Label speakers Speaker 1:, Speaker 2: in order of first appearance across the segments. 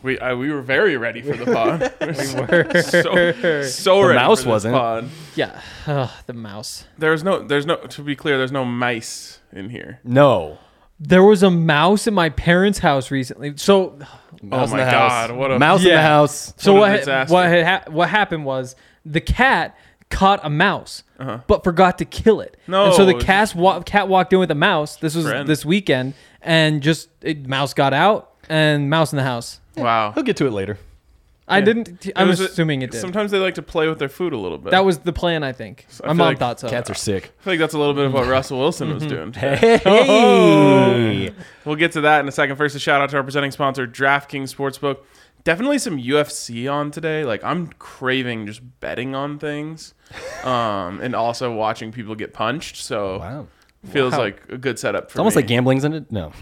Speaker 1: We I, we were very ready for the pod. we
Speaker 2: were.
Speaker 1: so so
Speaker 3: The
Speaker 1: ready.
Speaker 3: mouse
Speaker 1: for this
Speaker 3: wasn't.
Speaker 1: Pod.
Speaker 2: Yeah, Ugh, the mouse.
Speaker 1: There's no there's no to be clear. There's no mice in here.
Speaker 3: No.
Speaker 2: There was a mouse in my parents' house recently. So,
Speaker 3: Mouse
Speaker 1: oh
Speaker 3: in
Speaker 1: my
Speaker 3: the house.
Speaker 1: god! What a
Speaker 3: mouse in the
Speaker 2: Yeah.
Speaker 3: house.
Speaker 2: so
Speaker 1: What a
Speaker 2: what? What,
Speaker 1: disaster.
Speaker 2: what, had hap- what happened was the cat caught a mouse, but forgot to kill it. And so the
Speaker 1: Uh-huh. No.
Speaker 2: cat wa- cat walked in with a mouse. This was
Speaker 1: Friend.
Speaker 2: this weekend, and just it, mouse got out and mouse in the house.
Speaker 1: Wow.
Speaker 3: He'll get to it later.
Speaker 2: I didn't. I'm
Speaker 1: It was a-
Speaker 2: assuming it did.
Speaker 1: Sometimes they like to play with their food a little bit.
Speaker 2: that was the plan. I think
Speaker 1: I
Speaker 2: my
Speaker 1: feel
Speaker 2: mom
Speaker 1: like
Speaker 2: thought so.
Speaker 3: Cats are sick.
Speaker 1: I feel like that's a little bit of what Russell Wilson
Speaker 2: Mm-hmm.
Speaker 1: was doing. today.
Speaker 3: Oh. Hey.
Speaker 1: We'll get to that in a second. First, a shout out to our presenting sponsor, DraftKings Sportsbook. Definitely some UFC on today. Like I'm craving just betting on things, um, and also watching people get punched. So
Speaker 3: Wow.
Speaker 1: feels like a good setup for
Speaker 3: It's almost
Speaker 1: me.
Speaker 3: like gambling's in it. No.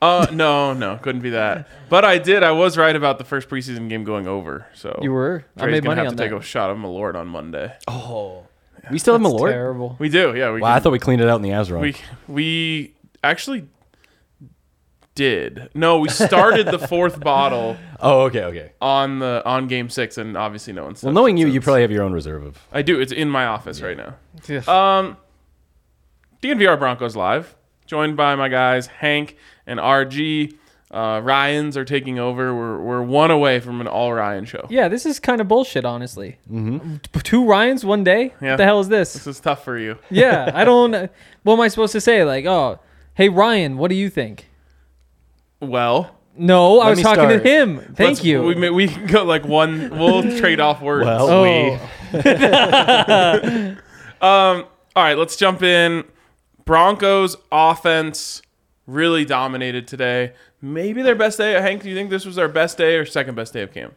Speaker 1: Uh, no, no, couldn't be that. But I did. I was right about the first preseason game going over. So
Speaker 2: You were. I
Speaker 1: Dre's
Speaker 2: made
Speaker 1: gonna
Speaker 2: money
Speaker 1: have
Speaker 2: on
Speaker 1: to take
Speaker 2: that.
Speaker 1: a shot of Malort on Monday.
Speaker 3: We still have Malort.
Speaker 2: Terrible.
Speaker 1: We do. Yeah, we.
Speaker 3: Oh. Wow, I thought we cleaned it out in the Azron.
Speaker 1: we we actually did. No, we started the fourth bottle
Speaker 3: oh, okay, okay.
Speaker 1: on the on game six, and obviously no one.
Speaker 3: Well, knowing you,
Speaker 1: substitutes.
Speaker 3: you probably have your own reserve of.
Speaker 1: I do. It's in my office right now.
Speaker 2: Ugh.
Speaker 1: DNVR Broncos live, joined by my guys Hank and RG. Uh, Ryan's are taking over. We're we're one away from an all Ryan show.
Speaker 2: Yeah, this is kind of bullshit, honestly. Mm-hmm. Two Ryans one day?
Speaker 1: Yeah.
Speaker 2: What the hell is this?
Speaker 1: This is tough for you.
Speaker 2: yeah, I don't. What am I supposed to say? Like, oh, hey Ryan, what do you think?
Speaker 1: Well,
Speaker 2: No, I
Speaker 3: Let
Speaker 2: was
Speaker 3: me
Speaker 2: talking
Speaker 3: start.
Speaker 2: to him. Thank
Speaker 1: let's-
Speaker 2: you.
Speaker 1: We may- we can go like one. We'll trade off words.
Speaker 3: Well,
Speaker 2: oh,
Speaker 3: we.
Speaker 1: Um, All right, let's jump in. Broncos offense really dominated today. Maybe their best day. Hank, do you think this was their best day or second best day of camp?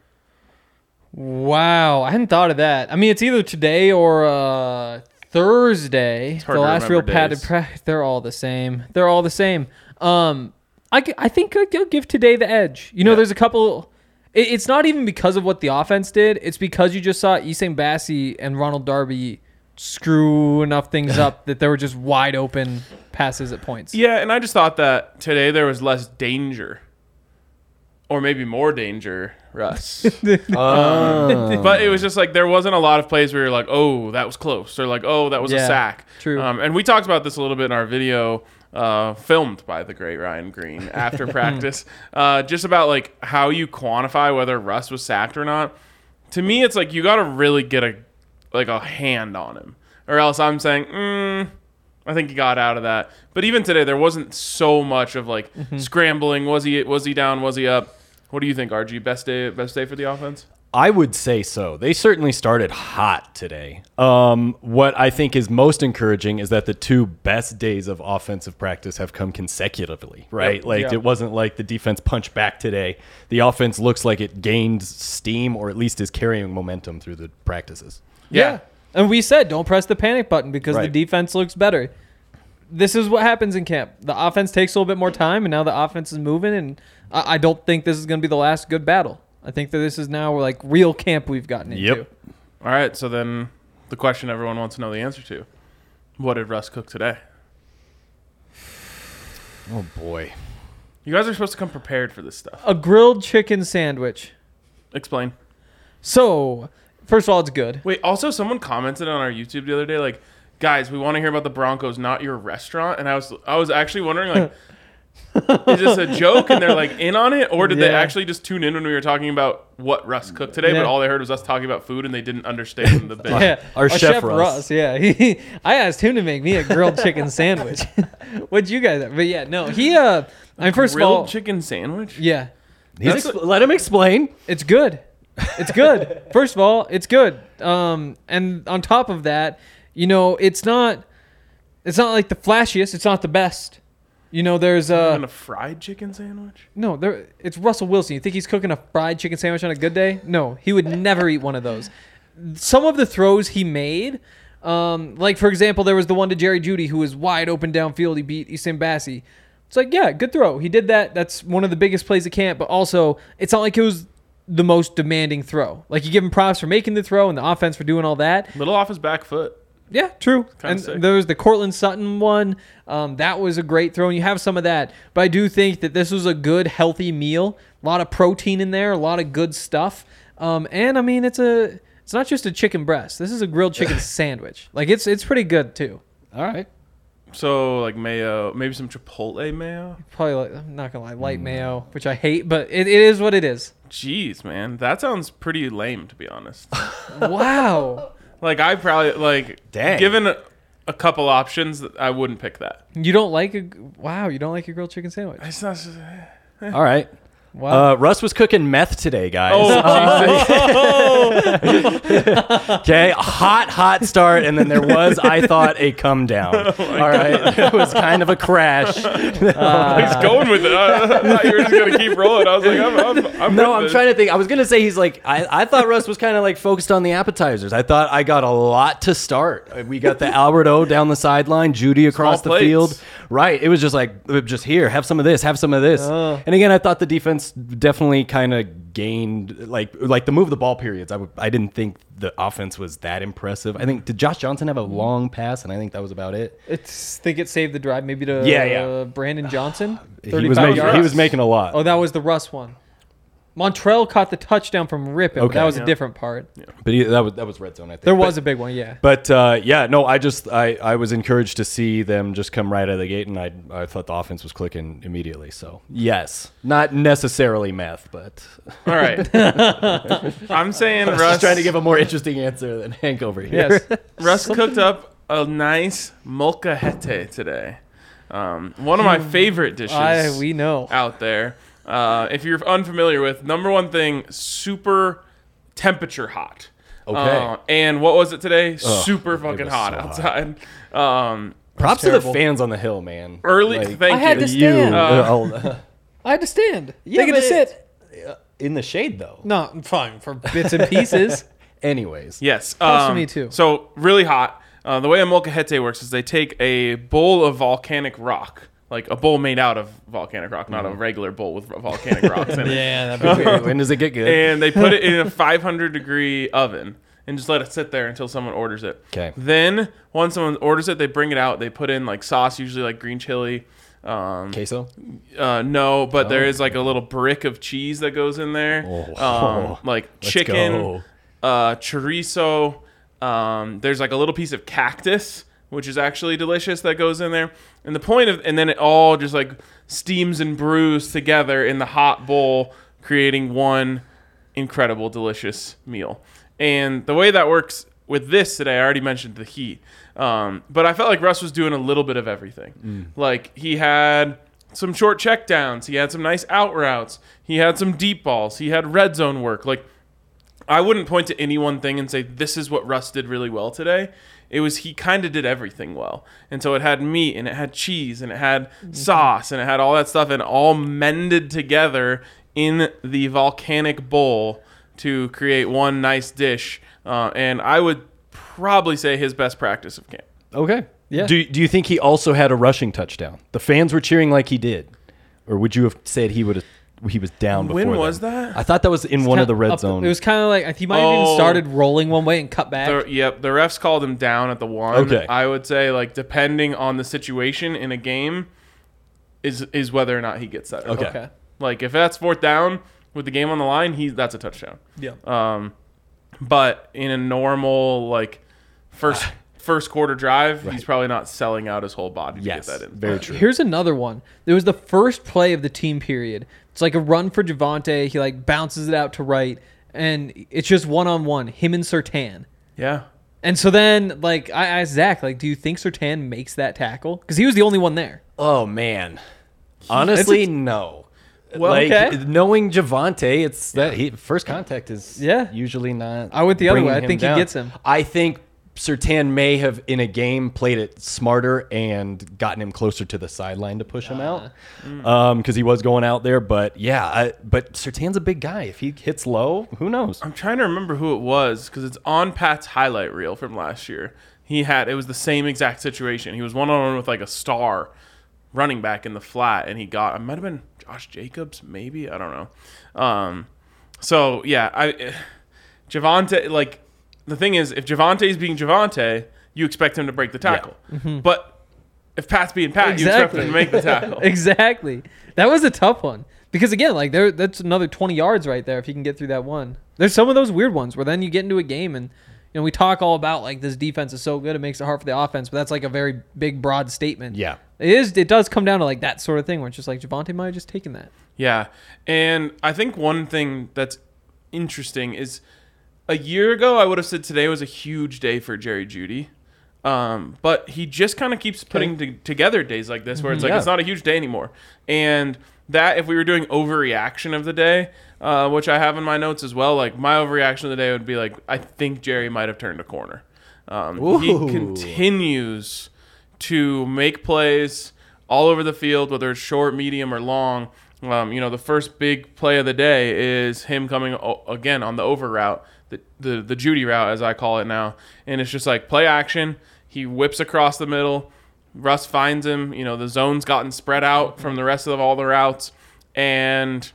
Speaker 2: wow, I hadn't thought of that. I mean, it's either today or uh, Thursday.
Speaker 1: hard
Speaker 2: the
Speaker 1: to
Speaker 2: last real
Speaker 1: remember
Speaker 2: padded
Speaker 1: days.
Speaker 2: practice. They're all the same. They're all the same. Um, I, g- I think I- I'll give today the edge. You know, there's a couple. It, it's not even because of what the offense did. It's because you just saw Usain Bassi and Ronald Darby screw enough things up that there were just wide open passes at points.
Speaker 1: Yeah, and I just thought that today there was less danger, or maybe more danger, Russ.
Speaker 2: Um,
Speaker 1: but it was just like there wasn't a lot of plays where you're like, oh, that was close, or like, oh, that was a
Speaker 2: Yeah,
Speaker 1: sack.
Speaker 2: true.
Speaker 1: Um, and we talked about this a little bit in our video. Uh, filmed by the great Ryan Green after practice, uh, just about like how you quantify whether Russ was sacked or not. To me, it's like you got to really get a like a hand on him, or else I'm saying, mm, I think he got out of that. But even today, there wasn't so much of like
Speaker 2: Mm-hmm.
Speaker 1: scrambling. Was he was he down? Was he up? What do you think, RG? Best day best day for the offense?
Speaker 3: I would say so. They certainly started hot today. Um, what I think is most encouraging is that the two best days of offensive practice have come consecutively, right?
Speaker 1: Yep.
Speaker 3: Like
Speaker 1: Yeah.
Speaker 3: it wasn't like the defense punched back today. The offense looks like it gained steam or at least is carrying momentum through the practices.
Speaker 2: Yeah. And we said don't press the panic button because
Speaker 3: Right.
Speaker 2: the defense looks better. This is what happens in camp. The offense takes a little bit more time, and now the offense is moving. And I, I don't think this is going to be the last good battle. I think that this is now like real camp we've gotten into.
Speaker 3: Yep.
Speaker 1: All right. So then, the question everyone wants to know the answer to: What did Russ cook today?
Speaker 3: Oh boy.
Speaker 1: You guys are supposed to come prepared for this stuff.
Speaker 2: A grilled chicken sandwich.
Speaker 1: Explain.
Speaker 2: So, first of all, it's good.
Speaker 1: Wait. Also, someone commented on our YouTube the other day, like, guys, we want to hear about the Broncos, not your restaurant. And I was I was actually wondering, like. is this a joke and they're like in on it or did they
Speaker 2: Yeah.
Speaker 1: actually just tune in when we were talking about what russ cooked today
Speaker 2: Yeah.
Speaker 1: but all they heard was us talking about food and they didn't understand the bit
Speaker 2: Yeah,
Speaker 3: Our chef Russ.
Speaker 2: yeah, he, I asked him to make me a grilled chicken sandwich. What'd you guys? Have? But yeah, no, he. Uh, I mean, first of
Speaker 1: grilled
Speaker 2: all,
Speaker 1: chicken sandwich
Speaker 2: yeah,
Speaker 3: He's
Speaker 1: That's
Speaker 3: ex- let him explain.
Speaker 2: It's good. It's good. First of all, it's good. Um, and on top of that, you know, it's not. It's not like the flashiest. It's not the best. You know, there's
Speaker 1: and a
Speaker 2: uh
Speaker 1: fried chicken sandwich
Speaker 2: no there. It's Russell Wilson. You think he's cooking a fried chicken sandwich on a good day? No, he would never eat one of those. Some of the throws he made, um, like for example, there was the one to Jerry Judy who was wide open downfield. He beat Easton Bassey. It's like yeah, good throw. He did that. That's one of the biggest plays at camp. But also, it's not like it was the most demanding throw. Like you give him props for making the throw and the offense for doing all that.
Speaker 1: little off his back foot
Speaker 2: Yeah, true.
Speaker 1: kinda
Speaker 2: And
Speaker 1: sick.
Speaker 2: there was the Cortland Sutton one. Um, that was a great throw, and you have some of that. But I do think that this was a good, healthy meal. A lot of protein in there, a lot of good stuff. Um, and I mean, it's a it's not just a chicken breast. This is a grilled chicken sandwich. Like it's it's pretty good too.
Speaker 3: All right.
Speaker 1: So like mayo, maybe some chipotle mayo.
Speaker 2: Probably like, I'm not gonna lie, light
Speaker 3: Mm.
Speaker 2: mayo, which I hate, but it, it is what it is.
Speaker 1: Jeez, man, that sounds pretty lame to be honest.
Speaker 2: Wow,
Speaker 1: like I probably like
Speaker 3: Dang.
Speaker 1: given a, a couple options, I wouldn't pick that.
Speaker 2: you don't like a wow, you don't like a grilled chicken sandwich.
Speaker 1: It's not.
Speaker 3: All right.
Speaker 2: Wow.
Speaker 3: Uh, Russ was cooking meth today, guys.
Speaker 1: Oh, Jesus.
Speaker 3: Okay, hot, hot start, and then there was, I thought, a come down.
Speaker 1: Oh
Speaker 3: All right, it was kind of a crash.
Speaker 1: he's going with it. I, I thought you were just gonna keep rolling. I was like, I'm, I'm, I'm
Speaker 3: No,
Speaker 1: with
Speaker 3: I'm
Speaker 1: this.
Speaker 3: trying to think. I was gonna say he's like, I, I thought Russ was kind of like focused on the appetizers. I thought I got a lot to start. Uh, We got the Albert O down the sideline, Judy across
Speaker 1: Small
Speaker 3: the
Speaker 1: plates.
Speaker 3: field. Right, it was just like, uh, just here, have some of this, have some of this.
Speaker 2: Uh.
Speaker 3: And again, I thought the defense definitely kind of gained, like, like the move of the ball periods. I w- I didn't think the offense was that impressive. I think did Josh Johnson have a long pass, and I think that was about it.
Speaker 2: It's think it saved the drive maybe to
Speaker 3: Yeah, yeah. Ah,
Speaker 2: Uh, Brandon Johnson.
Speaker 3: he was
Speaker 2: 35
Speaker 3: making
Speaker 2: yards.
Speaker 3: he was making a lot.
Speaker 2: Oh, that was the Russ one. Montrell caught the touchdown from Ripon. but
Speaker 3: Okay.
Speaker 2: that was
Speaker 3: Yeah.
Speaker 2: a different part.
Speaker 3: but he, that was that was red zone. I think
Speaker 2: There was a big one, yeah.
Speaker 3: But uh, yeah, no, I just I, I was encouraged to see them just come right out of the gate, and I I thought the offense was clicking immediately. So yes, not necessarily math, but
Speaker 1: All right, I'm saying Russ.
Speaker 3: just trying to give a more interesting answer than Hank over here.
Speaker 2: Yes.
Speaker 1: Russ cooked up a nice molcajete today. Um, one of my favorite dishes.
Speaker 2: Hmm. I, we know.
Speaker 1: out there. Uh, if you're unfamiliar with, number one thing, super temperature hot.
Speaker 3: Okay.
Speaker 1: Uh, and what was it today? super fucking
Speaker 3: was
Speaker 1: hot
Speaker 3: so
Speaker 1: outside. Um,
Speaker 3: Props to the
Speaker 2: terrible.
Speaker 3: fans on the hill, man.
Speaker 1: early. thank
Speaker 2: I had
Speaker 1: you.
Speaker 2: to
Speaker 3: you
Speaker 2: stand.
Speaker 3: uh,
Speaker 2: I had to stand.
Speaker 3: Yeah,
Speaker 2: Yeah, they
Speaker 3: but
Speaker 2: get to sit.
Speaker 3: in the shade though.
Speaker 2: No, I'm fine for bits and pieces.
Speaker 3: Anyways,
Speaker 1: Yes.
Speaker 2: Close to
Speaker 1: um,
Speaker 2: me, too.
Speaker 1: So really hot. Uh, the way a molcajete works is they take a bowl of volcanic rock, like a bowl made out of volcanic rock,
Speaker 3: Mm-hmm.
Speaker 1: not a regular bowl with volcanic rocks in it.
Speaker 2: yeah, that'd be
Speaker 3: when does it get good?
Speaker 1: and they put it in a 500 degree oven and just let it sit there until someone orders it.
Speaker 3: 'Kay.
Speaker 1: Then once someone orders it, they bring it out. They put in like sauce, usually like green chili. Um,
Speaker 3: Queso.
Speaker 1: uh, no, but there is like a little brick of cheese that goes in there.
Speaker 3: Oh.
Speaker 1: Um, like
Speaker 3: Let's
Speaker 1: chicken,
Speaker 3: go.
Speaker 1: uh, chorizo. Um, there's like a little piece of cactus, which is actually delicious that goes in there. And the point of, and then it all just like steams and brews together in the hot bowl, creating one incredible, delicious meal. And the way that works With this today, I already mentioned the Heat, um, but I felt like Russ was doing a little bit of everything. Like he had some short checkdowns, he had some nice out routes, he had some deep balls, he had red zone work. Like I wouldn't point to any one thing and say this is what Russ did really well today. It was he kind of did everything well, and so it had meat and it had cheese and it had
Speaker 3: Mm-hmm.
Speaker 1: sauce and it had all that stuff and all mended together in the volcanic bowl to create one nice dish. Uh, and I would probably say his best practice of camp.
Speaker 3: Okay.
Speaker 2: Yeah.
Speaker 3: Do Do you think he also had a rushing touchdown? The fans were cheering like he did, or would you have said he would have? He was down. Before
Speaker 1: When
Speaker 3: then?
Speaker 1: was that?
Speaker 3: I thought that was in one of the red
Speaker 2: Up-
Speaker 3: zone.
Speaker 2: It was kind of like I think he might have
Speaker 1: Oh.
Speaker 2: even started rolling one way and cut back.
Speaker 1: The- yep, the refs called him down at the one.
Speaker 3: Okay.
Speaker 1: I would say like depending on the situation in a game, is is whether or not he gets that. Or
Speaker 3: Okay.
Speaker 1: not.
Speaker 2: Okay.
Speaker 1: Like if that's fourth down with the game on the line, he that's a touchdown.
Speaker 2: Yeah.
Speaker 1: Um, but in a normal like first
Speaker 3: Ah.
Speaker 1: first quarter drive, he's probably not selling out his whole body
Speaker 3: yes.
Speaker 1: to get that in.
Speaker 3: Very true.
Speaker 2: Here's another one. There was the first play of the team period. It's like a run for Javante. He like bounces it out to right, and it's just one on one, him and Sertan.
Speaker 1: yeah.
Speaker 2: And so then, like, I asked Zach, like, do you think Sertan makes that tackle? Because he was the only one there.
Speaker 3: Oh man. Honestly, no.
Speaker 2: Well,
Speaker 3: like
Speaker 2: okay.
Speaker 3: knowing Javante, it's that he, first contact is
Speaker 2: Yeah.
Speaker 3: usually not.
Speaker 2: I went the other way.
Speaker 3: bringing
Speaker 2: I
Speaker 3: him
Speaker 2: think he
Speaker 3: down.
Speaker 2: gets him.
Speaker 3: I think Sertan may have in a game played it smarter and gotten him closer to the sideline to push him
Speaker 2: Ah.
Speaker 3: out
Speaker 2: Mm.
Speaker 3: because he was going out there. But yeah, I, but Sertan's a big guy. If he hits low, who knows?
Speaker 1: I'm trying to remember who it was because it's on Pat's highlight reel from last year. He had it was the same exact situation. He was one on one with like a star running back in the flat, and he got. It might have been Josh Jacobs, maybe I don't know. Um, so yeah, I Javante like the thing is if Javante is being Javante, you expect him to break the tackle, but if Pat's being Pat, you expect him to
Speaker 2: Exactly.
Speaker 1: make the tackle.
Speaker 2: exactly. That was a tough one because again, like, there that's another twenty yards right there if you can get through that one. There's some of those weird ones where then you get into a game and you know we talk all about like this defense is so good it makes it hard for the offense, but that's like a very big broad statement.
Speaker 3: Yeah.
Speaker 2: It is. It does come down to like that sort of thing where it's just like Javante might have just taken that.
Speaker 1: Yeah. And I think one thing that's interesting is a year ago, I would have said today was a huge day for Jerry Judy. Um, but he just kind of keeps putting t- together days like this where it's like,
Speaker 3: Mm-hmm. Yeah.
Speaker 1: it's not a huge day anymore. And that, if we were doing overreaction of the day, uh, which I have in my notes as well, like my overreaction of the day would be like, I think Jerry might have turned a corner. Um, he
Speaker 3: Ooh.
Speaker 1: continues to make plays all over the field, whether it's short, medium, or long. Um, you know, the first big play of the day is him coming o- again on the over route, the, the the Judy route as I call it now, and it's just like play action. He whips across the middle. Russ finds him. You know, the zone's gotten spread out from the rest of all the routes, and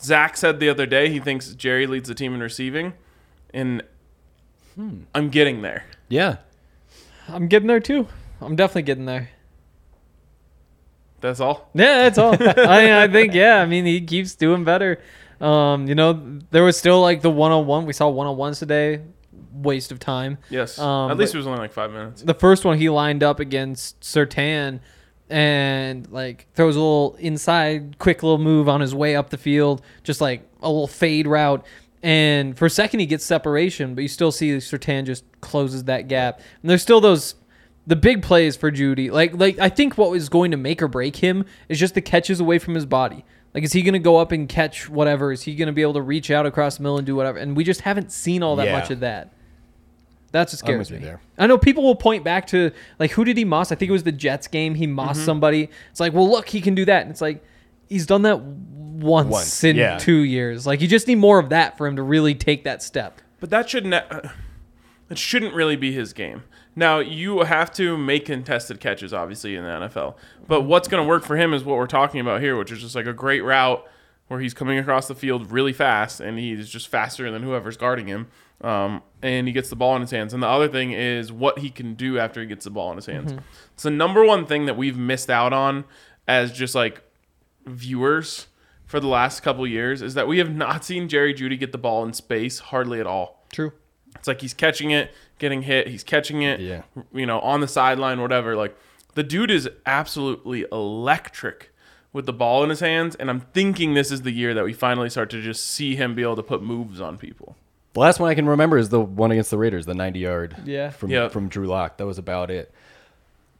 Speaker 1: Zach said the other day he thinks Jerry leads the team in receiving, and I'm getting there.
Speaker 3: Yeah.
Speaker 2: I'm getting there too. I'm definitely getting there.
Speaker 1: That's all.
Speaker 2: Yeah, that's all. I, I think yeah. I mean, he keeps doing better. Um, you know, there was still like the one on one. We saw one on ones today. Waste of time.
Speaker 1: Yes.
Speaker 2: Um,
Speaker 1: At least
Speaker 2: but
Speaker 1: it was only like five minutes.
Speaker 2: the first one he lined up against Sertan, and like throws a little inside, quick little move on his way up the field, just like a little fade route. And for a second, he gets separation, but you still see Sertan just closes that gap. And there's still those the big plays for Judy. Like like I think what is going to make or break him is just the catches away from his body. Like is he going to go up and catch whatever? Is he going to be able to reach out across the middle and do whatever? And we just haven't seen all that
Speaker 3: Yeah.
Speaker 2: much of that. That's what
Speaker 3: I'm
Speaker 2: scares
Speaker 3: with
Speaker 2: me.
Speaker 3: you there.
Speaker 2: I know people will point back to like who did he moss? I think it was the Jets game. He mossed
Speaker 1: Mm-hmm.
Speaker 2: somebody. It's like, well, look, he can do that. And it's like he's done that once,
Speaker 3: Once,
Speaker 2: in
Speaker 3: yeah.
Speaker 2: two years. Like you just need more of that for him to really take that step.
Speaker 1: But that shouldn't. It shouldn't really be his game. Now you have to make contested catches, obviously, in the NFL. But what's going to work for him is what we're talking about here, which is just like a great route where he's coming across the field really fast, and he's just faster than whoever's guarding him, um, and he gets the ball in his hands. And the other thing is what he can do after he gets the ball in his
Speaker 2: Mm-hmm.
Speaker 1: hands. It's the number one thing that we've missed out on as just like viewers for the last couple years is that we have not seen Jerry Judy get the ball in space hardly at all.
Speaker 2: True.
Speaker 1: It's like he's catching it, getting hit, he's catching it,
Speaker 3: Yeah.
Speaker 1: you know, on the sideline, whatever. Like the dude is absolutely electric with the ball in his hands, and I'm thinking this is the year that we finally start to just see him be able to put moves on people.
Speaker 3: The last one I can remember is the one against the Raiders, the 90 yard
Speaker 2: Yeah.
Speaker 3: from
Speaker 1: Yeah.
Speaker 3: from Drew Lock. That was about it.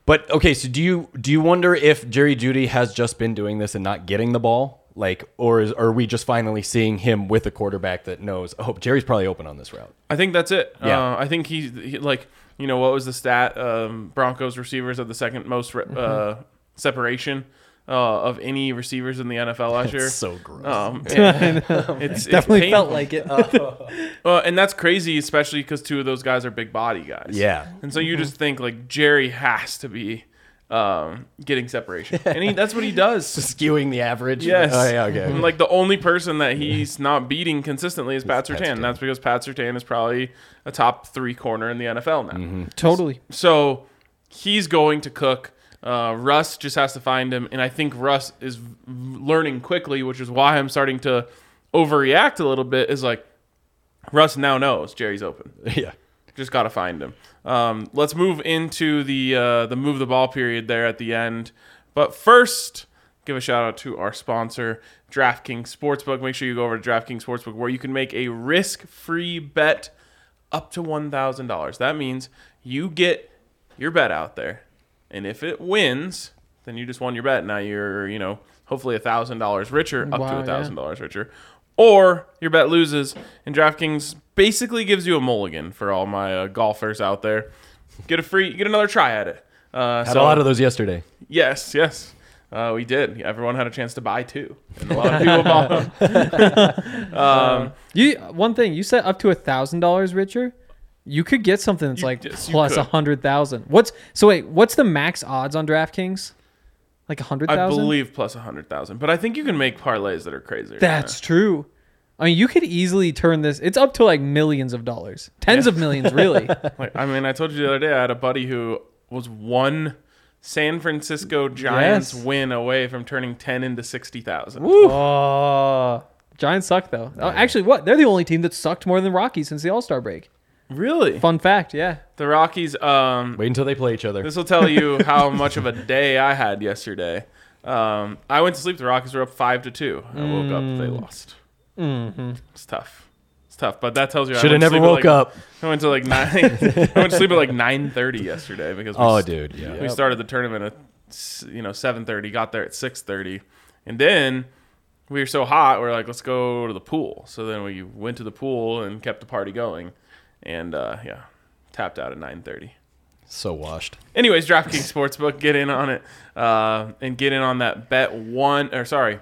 Speaker 3: But okay, so do you do you wonder if Jerry Judy has just been doing this and not getting the ball? Like, or is, are we just finally seeing him with a quarterback that knows? Oh, Jerry's probably open on this route.
Speaker 1: I think that's it.
Speaker 3: Yeah.
Speaker 1: Uh, I think he's he, like, you know, what was the stat? Um, Broncos receivers had the second most re-
Speaker 3: Mm-hmm.
Speaker 1: uh, separation uh, of any receivers in the NFL last year.
Speaker 3: so gross.
Speaker 1: Um, and it's, it's
Speaker 2: Definitely felt
Speaker 1: painful.
Speaker 2: like it.
Speaker 1: Uh, and that's crazy, especially because two of those guys are big body guys.
Speaker 3: Yeah. Mm-hmm.
Speaker 1: And so you just think like Jerry has to be um, getting separation, and he, that's what he does.
Speaker 3: Skewing the average.
Speaker 1: Yes.
Speaker 3: Oh, yeah. Okay.
Speaker 1: And, Like the only person that he's not beating consistently is Pat
Speaker 3: Pat
Speaker 1: Sertan.
Speaker 3: Surtain.
Speaker 1: That's because Pat Sertan is probably a top three corner in the NFL now.
Speaker 3: Mm-hmm.
Speaker 2: totally.
Speaker 1: So he's going to cook. Uh, Russ just has to find him, and I think Russ is v- learning quickly, which is why I'm starting to overreact a little bit. Is like Russ now knows Jerry's open.
Speaker 3: yeah.
Speaker 1: Just got to find him. Um, let's move into the uh, the move the ball period there at the end. But first, give a shout out to our sponsor, DraftKings Sportsbook. Make sure you go over to DraftKings Sportsbook where you can make a risk free bet up to one thousand dollars. That means you get your bet out there, and if it wins, then you just won your bet. Now you're you know hopefully thousand dollars richer, up
Speaker 2: Wow,
Speaker 1: to
Speaker 2: yeah.
Speaker 1: to thousand dollars richer, or your bet loses. And DraftKings basically gives you a mulligan for all my uh, golfers out there. Get a free, get another try at it. Uh,
Speaker 3: Had a lot of those yesterday.
Speaker 1: Yes, yes. Uh, we did. Everyone had a chance to buy two. And a lot of people bought them.
Speaker 2: You one thing you said up to a thousand dollars richer, you could get something that's
Speaker 1: You-
Speaker 2: like
Speaker 1: yes, you
Speaker 2: plus
Speaker 1: could.
Speaker 2: a hundred thousand. What's so wait? What's the max odds on DraftKings? Like a hundred
Speaker 1: I
Speaker 2: thousand.
Speaker 1: believe plus a hundred thousand, but I think you can make parlays that are crazier. than
Speaker 2: That's true. I mean, you could easily turn this. It's up to like millions of dollars, tens of millions, really.
Speaker 1: that. Like, I mean, I told you the other day I had a buddy who was one San Francisco Giants
Speaker 2: Yes.
Speaker 1: win away from turning ten into sixty thousand.
Speaker 2: oh, Giants suck though. Oh, actually, what? They're the only team that sucked more than Rockies since the All Star break.
Speaker 1: Really?
Speaker 2: Fun fact, yeah.
Speaker 1: The Rockies. Um,
Speaker 3: Wait until they play each other.
Speaker 1: This will tell you how much of a day I had yesterday. Um, I went to sleep. The Rockies were up five to two. I woke up.
Speaker 3: Mm.
Speaker 1: They lost. It's tough. It's tough. But that tells you I
Speaker 3: Shoulda
Speaker 1: went to
Speaker 3: Mm-hmm. never
Speaker 1: sleep at,
Speaker 3: woke
Speaker 1: like-
Speaker 3: up.
Speaker 1: I went to like nine. I went to sleep at like nine thirty yesterday because we
Speaker 3: Oh,
Speaker 1: s-
Speaker 3: dude, yeah.
Speaker 1: we started the tournament at s- you know seven thirty. Got there at six thirty, and then we were so hot. We are like, let's go to the pool. So then we went to the pool and kept the party going, and uh, yeah, tapped out at nine thirty.
Speaker 3: so washed.
Speaker 1: Anyways, DraftKings Sportsbook, get in on it uh, and get in on that bet one or sorry,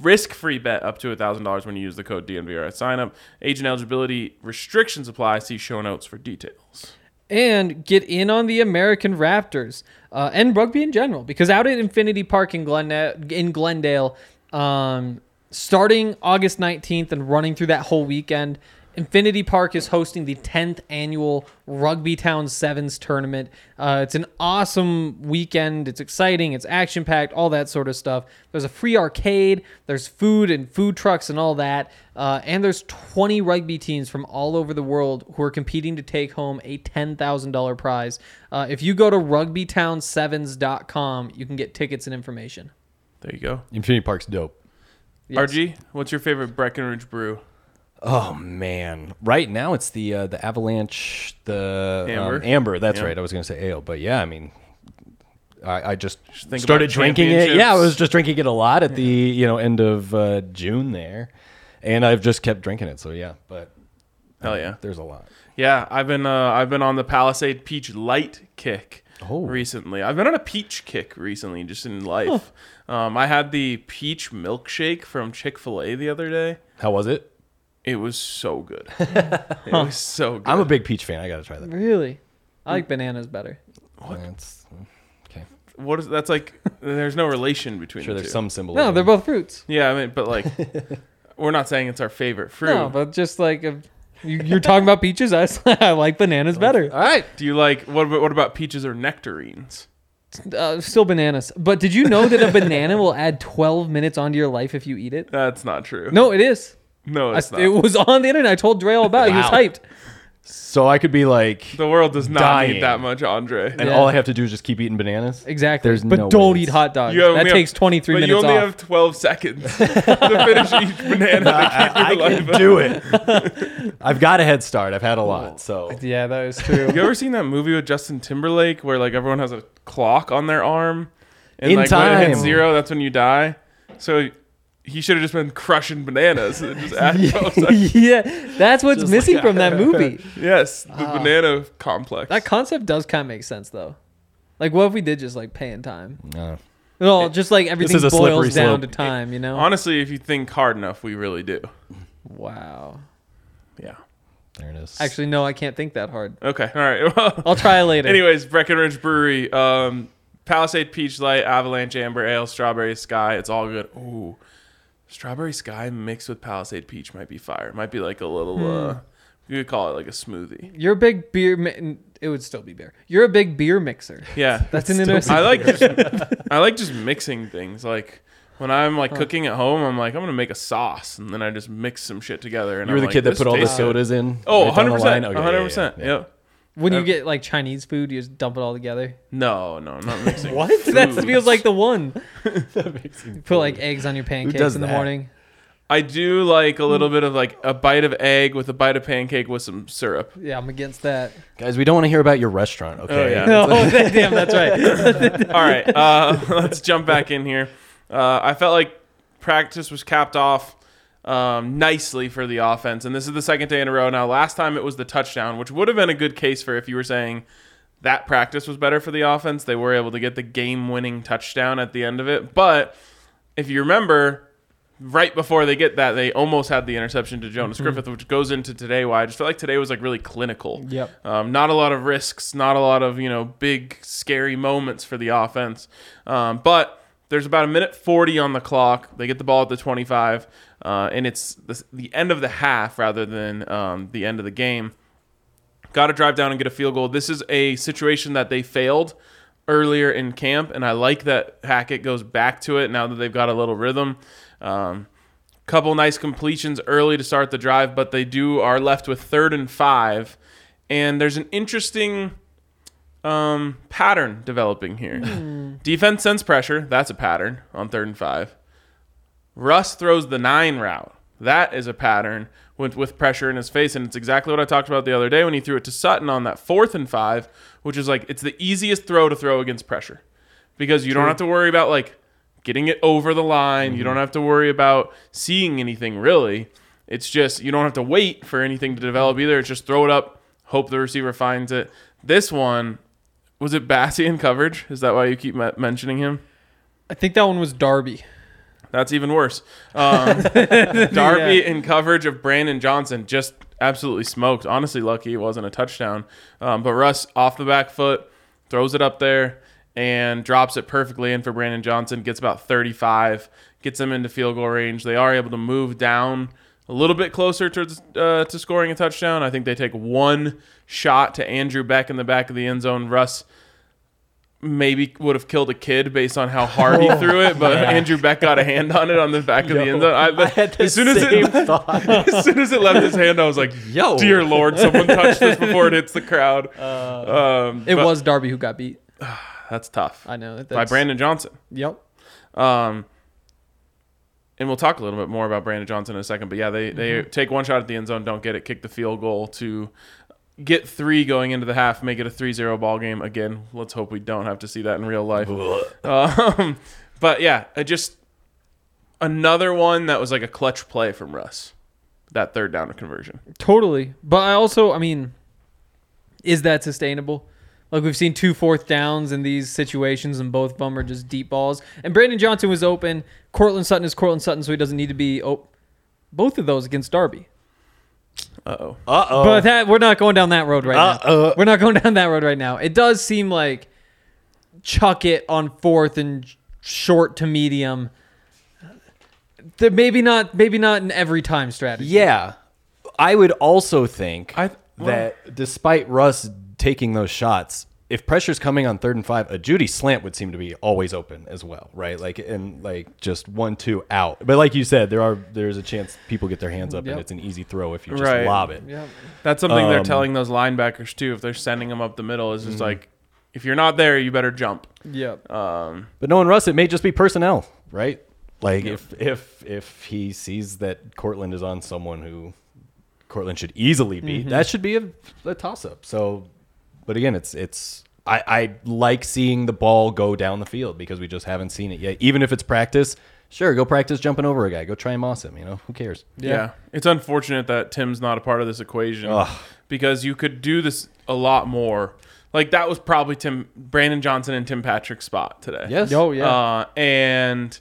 Speaker 1: risk free bet up to thousand dollars when you use the code DNVR at sign up. Age and eligibility restrictions apply. See show notes for details.
Speaker 2: and get in on the American Raptors uh, and rugby in general. Because out at Infinity Park in, Glen- uh, in Glendale, um, starting August 19th and running through that whole weekend, Infinity Park is hosting the 10th annual Rugby Town Sevens tournament. Uh, it's an awesome weekend. It's exciting. It's action packed. All that sort of stuff. There's a free arcade. There's food and food trucks and all that. Uh, and there's 20 rugby teams from all over the world who are competing to take home a $10,000 prize. Uh, if you go to rugbytown7s.com, you can get tickets and information.
Speaker 1: There you go.
Speaker 3: Infinity Park's dope.
Speaker 1: RG, what's your favorite Breckenridge brew?
Speaker 3: Oh man! Right now it's the uh, the Avalanche, the um,
Speaker 1: Amber?
Speaker 3: amber. That's
Speaker 1: Yeah.
Speaker 3: right. I was gonna say ale, but yeah, I mean, I, I just
Speaker 1: think
Speaker 3: started
Speaker 1: about
Speaker 3: drinking it. Yeah, I
Speaker 1: championships.
Speaker 3: was just drinking it a lot at the you know end of uh, June there, and I've just kept drinking it. So yeah, but
Speaker 1: Hell yeah.
Speaker 3: there's a lot.
Speaker 1: Yeah, I've been uh, I've been on the Palisade Peach Light kick
Speaker 3: Oh.
Speaker 1: recently. I've been on a peach kick recently, just in life. Um, I had the peach milkshake from Chick Fil A the other day.
Speaker 3: How was it?
Speaker 1: It was so good. it was so good.
Speaker 3: I'm a big peach fan. I gotta try that.
Speaker 2: Really? I like bananas better.
Speaker 3: That's- okay.
Speaker 1: what is that's like? There's no relation between.
Speaker 3: Sure,
Speaker 1: the
Speaker 3: there's
Speaker 1: two.
Speaker 3: some symbolism.
Speaker 2: No, they're both fruits.
Speaker 1: Yeah, I mean, but like, we're not saying it's our favorite fruit.
Speaker 2: No, but just like if you, you're talking about peaches, I, s- I like bananas better.
Speaker 3: All right.
Speaker 1: Do you like what? about- What about peaches or nectarines?
Speaker 2: Uh, still bananas. But did you know that a banana will add 12 minutes onto your life if you eat it?
Speaker 1: That's not true.
Speaker 2: No, it is.
Speaker 1: no,
Speaker 2: I,
Speaker 1: it's not.
Speaker 2: it was on the internet. I told Dre all about it. He was
Speaker 3: Wow.
Speaker 2: hyped.
Speaker 3: So I could be like,
Speaker 1: The world does not
Speaker 3: Dying.
Speaker 1: need that much, Andre.
Speaker 3: and
Speaker 2: Yeah.
Speaker 3: all I have to do is just keep eating bananas.
Speaker 2: Exactly.
Speaker 3: There's
Speaker 2: but
Speaker 3: no
Speaker 2: don't
Speaker 3: way
Speaker 2: eat
Speaker 3: it's-
Speaker 2: hot dogs.
Speaker 1: You
Speaker 2: that
Speaker 1: only
Speaker 2: takes 23
Speaker 1: but
Speaker 2: minutes
Speaker 1: you only
Speaker 2: off.
Speaker 1: have 12 seconds to finish each banana. that
Speaker 3: I, I
Speaker 1: came
Speaker 3: can
Speaker 1: alive.
Speaker 3: do it. I've got a head start. I've had a lot. So
Speaker 2: yeah, that is true.
Speaker 1: You ever seen that movie with Justin Timberlake where like everyone has a clock on their arm, and
Speaker 3: In
Speaker 1: like when it
Speaker 3: time.
Speaker 1: hits zero, that's when you die. So he should have just been crushing bananas. and just add 12 seconds.
Speaker 2: yeah, that's what's missing from that movie.
Speaker 1: yes, the banana complex.
Speaker 2: That concept does kind of make sense though. Like, what if we did just like pay in time?
Speaker 3: uh,
Speaker 2: Well, just like everything
Speaker 3: is a slippery
Speaker 2: boils down
Speaker 3: slope.
Speaker 2: to time, you know?
Speaker 1: Honestly, if you think hard enough, we really do.
Speaker 2: wow.
Speaker 1: Yeah.
Speaker 3: there it is.
Speaker 2: Actually, no, I can't think that hard.
Speaker 1: Okay. All right. Well,
Speaker 2: I'll try later.
Speaker 1: Anyways, Breckenridge Brewery, um, Palisade Peach Light, Avalanche Amber Ale, Strawberry Sky. It's all good. Ooh, Strawberry Sky mixed with Palisade Peach might be fire. Might be like a little.
Speaker 2: Hmm.
Speaker 1: Uh, you could call it like a smoothie.
Speaker 2: you're a big beer. Mi- it would still be beer. You're a big beer mixer.
Speaker 1: Yeah,
Speaker 2: That's an interesting.
Speaker 1: I like just, I like just mixing things. Like when I'm like cooking at home, I'm like I'm gonna make a sauce, and then I just mix some shit together. And
Speaker 3: You were
Speaker 1: I'm
Speaker 3: the
Speaker 1: like,
Speaker 3: kid that
Speaker 1: this
Speaker 3: put all the
Speaker 1: tastes good.
Speaker 3: sodas in.
Speaker 1: Oh,
Speaker 3: right down
Speaker 1: 100
Speaker 3: the line?
Speaker 1: percent,
Speaker 3: Okay, yeah,
Speaker 1: 100
Speaker 3: yeah,
Speaker 1: percent.
Speaker 3: yeah.
Speaker 1: Yep.
Speaker 2: when you get like Chinese food, you just dump it all together.
Speaker 1: No, no, I'm not mixing.
Speaker 2: What? That
Speaker 1: foods.
Speaker 2: feels like the one. you put like eggs on your pancakes
Speaker 3: does
Speaker 2: in the
Speaker 3: that?
Speaker 2: morning.
Speaker 1: I do like a little bit of like a bite of egg with a bite of pancake with some syrup.
Speaker 2: Yeah, I'm against that.
Speaker 3: Guys, we don't want to hear about your restaurant. Okay.
Speaker 1: Oh, yeah.
Speaker 2: No, that, damn, that's right.
Speaker 1: All right, uh, let's jump back in here. Uh, I felt like practice was capped off um, nicely for the offense, and this is the second day in a row now. Last time it was the touchdown, which would have been a good case for if you were saying that practice was better for the offense. They were able to get the game-winning touchdown at the end of it, but if you remember, right before they get that, they almost had the interception to Jonas Griffith, which goes into today. Why I just felt like today was like really clinical.
Speaker 2: Yep.
Speaker 1: Um, not a lot of risks, not a lot of you know big scary moments for the offense. Um, but there's about a minute 40 on the clock. They get the ball at the 25, uh, and it's the, the end of the half rather than um, the end of the game got to drive down and get a field goal. This is a situation that they failed earlier in camp, and I like that Hackett goes back to it now that they've got a little rhythm. Um, couple nice completions early to start the drive, but they do are left with third and five, and there's an interesting um, pattern developing here. Defense sends pressure. That's a pattern on third and five. Russ throws the nine route. That is a pattern with, with pressure in his face. And it's exactly what I talked about the other day when he threw it to Sutton on that fourth and five, which is like, it's the easiest throw to throw against pressure because you don't have to worry about like getting it over the line. You don't have to worry about seeing anything really. It's just, you don't have to wait for anything to develop either. It's just throw it up, hope the receiver finds it. This one, was it Bassie in coverage? Is that why you keep me- mentioning him?
Speaker 2: I think that one was Darby.
Speaker 1: That's even worse. Um, Darby in coverage of Brandon Johnson just absolutely smoked. Honestly, lucky it wasn't a touchdown. Um, but Russ off the back foot throws it up there and drops it perfectly in for Brandon Johnson. Gets about 35, gets them into field goal range. They are able to move down a little bit closer towards uh, to scoring a touchdown. I think they take one shot to Andrew Beck in the back of the end zone. Russ maybe would have killed a kid based on how hard he threw it, but Andrew Beck got a hand on it on the back of the end zone. I,
Speaker 3: had the
Speaker 1: as soon as
Speaker 3: same
Speaker 1: it, as soon as it left his hand, I was like,
Speaker 3: Yo.
Speaker 1: dear Lord, someone touched this before it hits the crowd." um,
Speaker 2: It
Speaker 1: but
Speaker 2: was Darby who got beat.
Speaker 1: that's tough.
Speaker 2: I know. That's,
Speaker 1: by Brandon Johnson.
Speaker 2: Yep.
Speaker 1: Um, and we'll talk a little bit more about Brandon Johnson in a second. But yeah, they they take one shot at the end zone, don't get it, kick the field goal to get three going into the half, make it a 3-0 ball game again. Let's hope we don't have to see that in real life. um, but yeah, I just another one that was like a clutch play from Russ. That third down conversion.
Speaker 2: Totally. But I also, I mean, is that sustainable? Like we've seen two fourth downs in these situations, and both of them are just deep balls. And Brandon Johnson was open. Cortland Sutton is Cortland Sutton, so he doesn't need to be. Oh, both of those against Darby.
Speaker 1: Uh-oh.
Speaker 3: Uh oh.
Speaker 2: But that we're not going down that road right
Speaker 3: Uh-uh.
Speaker 2: now. We're not going down that road right now. It does seem like chuck it on fourth and short to medium. There maybe not maybe not an every time strategy.
Speaker 3: Yeah. I would also think
Speaker 1: I- well-
Speaker 3: that despite Russ taking those shots, if pressure's coming on third and five, a Judy slant would seem to be always open as well, right? Like and like just one two out. But like you said, there are there's a chance people get their hands up
Speaker 2: Yep.
Speaker 3: and it's an easy throw if you just
Speaker 1: Right.
Speaker 3: lob it.
Speaker 2: Yeah.
Speaker 1: That's something they're telling those linebackers too. If they're sending them up the middle, is just like, if you're not there, you better jump.
Speaker 2: Yep.
Speaker 3: But knowing Russ, it may just be personnel, right? Like if if if he sees that Cortland is on someone who Cortland should easily be, that should be a, a toss up. So, but again, it's it's I, I like seeing the ball go down the field because we just haven't seen it yet. Even if it's practice, sure, go practice jumping over a guy, go try and moss him. You know who cares?
Speaker 1: Yeah. It's unfortunate that Tim's not a part of this equation because you could do this a lot more. Like that was probably Tim Brandon Johnson and Tim Patrick's spot today.
Speaker 3: Yes.
Speaker 2: Oh yeah.
Speaker 1: Uh, and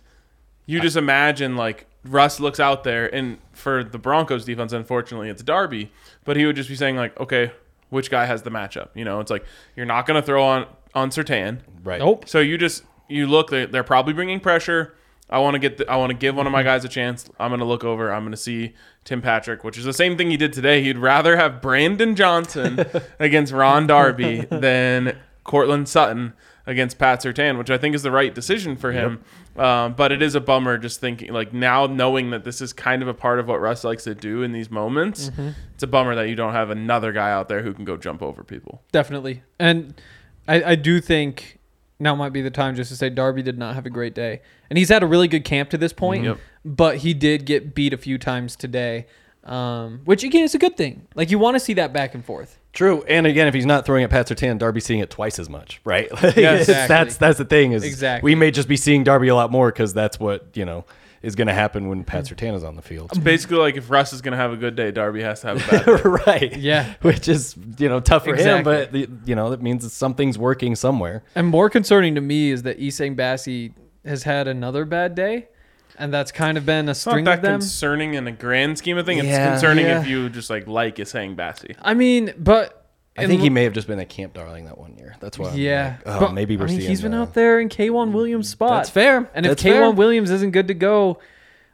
Speaker 1: you just imagine like Russ looks out there, and for the Broncos defense, unfortunately, it's Darby, but he would just be saying like, okay, which guy has the matchup? You know, it's like you're not going to throw on on Sertan,
Speaker 3: Right.
Speaker 2: nope.
Speaker 1: so you just you look they're, they're probably bringing pressure. I want to get the, I want to give one of my guys a chance. I'm going to look over. I'm going to see Tim Patrick, which is the same thing he did today. He'd rather have Brandon Johnson against Ron Darby than Cortland Sutton against Pat Sertan, which I think is the right decision for him. Um, but it is a bummer just thinking like now knowing that this is kind of a part of what Russ likes to do in these moments. It's a bummer that you don't have another guy out there who can go jump over people.
Speaker 2: Definitely. And I, I do think now might be the time just to say Darby did not have a great day. And he's had a really good camp to this point,
Speaker 1: Yep.
Speaker 2: but he did get beat a few times today, um, which again is a good thing. Like you want to see that back and forth.
Speaker 3: True. And again, if he's not throwing at Pat Sertan, Darby's seeing it twice as much, right? Like, it's-
Speaker 2: exactly.
Speaker 3: That's that's the thing is
Speaker 2: Exactly.
Speaker 3: we may just be seeing Darby a lot more because that's what you know is going to happen when Pat Sertan is on the field.
Speaker 2: Um,
Speaker 1: Basically, like if Russ is going to have a good day, Darby has to have a bad day.
Speaker 3: right.
Speaker 2: Yeah.
Speaker 3: Which is you know tough for him,
Speaker 2: Exactly.
Speaker 3: but the- you know that means that something's working somewhere.
Speaker 2: And more concerning to me is that Isang Bassi has had another bad day, and that's kind of been a
Speaker 1: It's not
Speaker 2: string
Speaker 1: that
Speaker 2: of them.
Speaker 1: concerning in a grand scheme of things.
Speaker 3: Yeah.
Speaker 1: it's concerning
Speaker 3: Yeah.
Speaker 1: if you just like like is saying Bassie.
Speaker 2: I mean, but
Speaker 3: I think he may have just been at Camp Darling that one year. That's why. I'm
Speaker 2: Yeah,
Speaker 3: like, oh,
Speaker 2: But,
Speaker 3: maybe we're
Speaker 2: I mean,
Speaker 3: seeing.
Speaker 2: he's been
Speaker 3: uh,
Speaker 2: out there in K1 Williams' spot.
Speaker 3: That's fair.
Speaker 2: And if
Speaker 3: That's
Speaker 2: K1
Speaker 3: fair.
Speaker 2: Williams isn't good to go,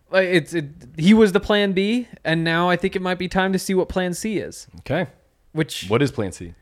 Speaker 2: like, it's it, he was the Plan B, and now I think it might be time to see what Plan C is,
Speaker 3: Okay.
Speaker 2: which
Speaker 3: What oh, is Plan C?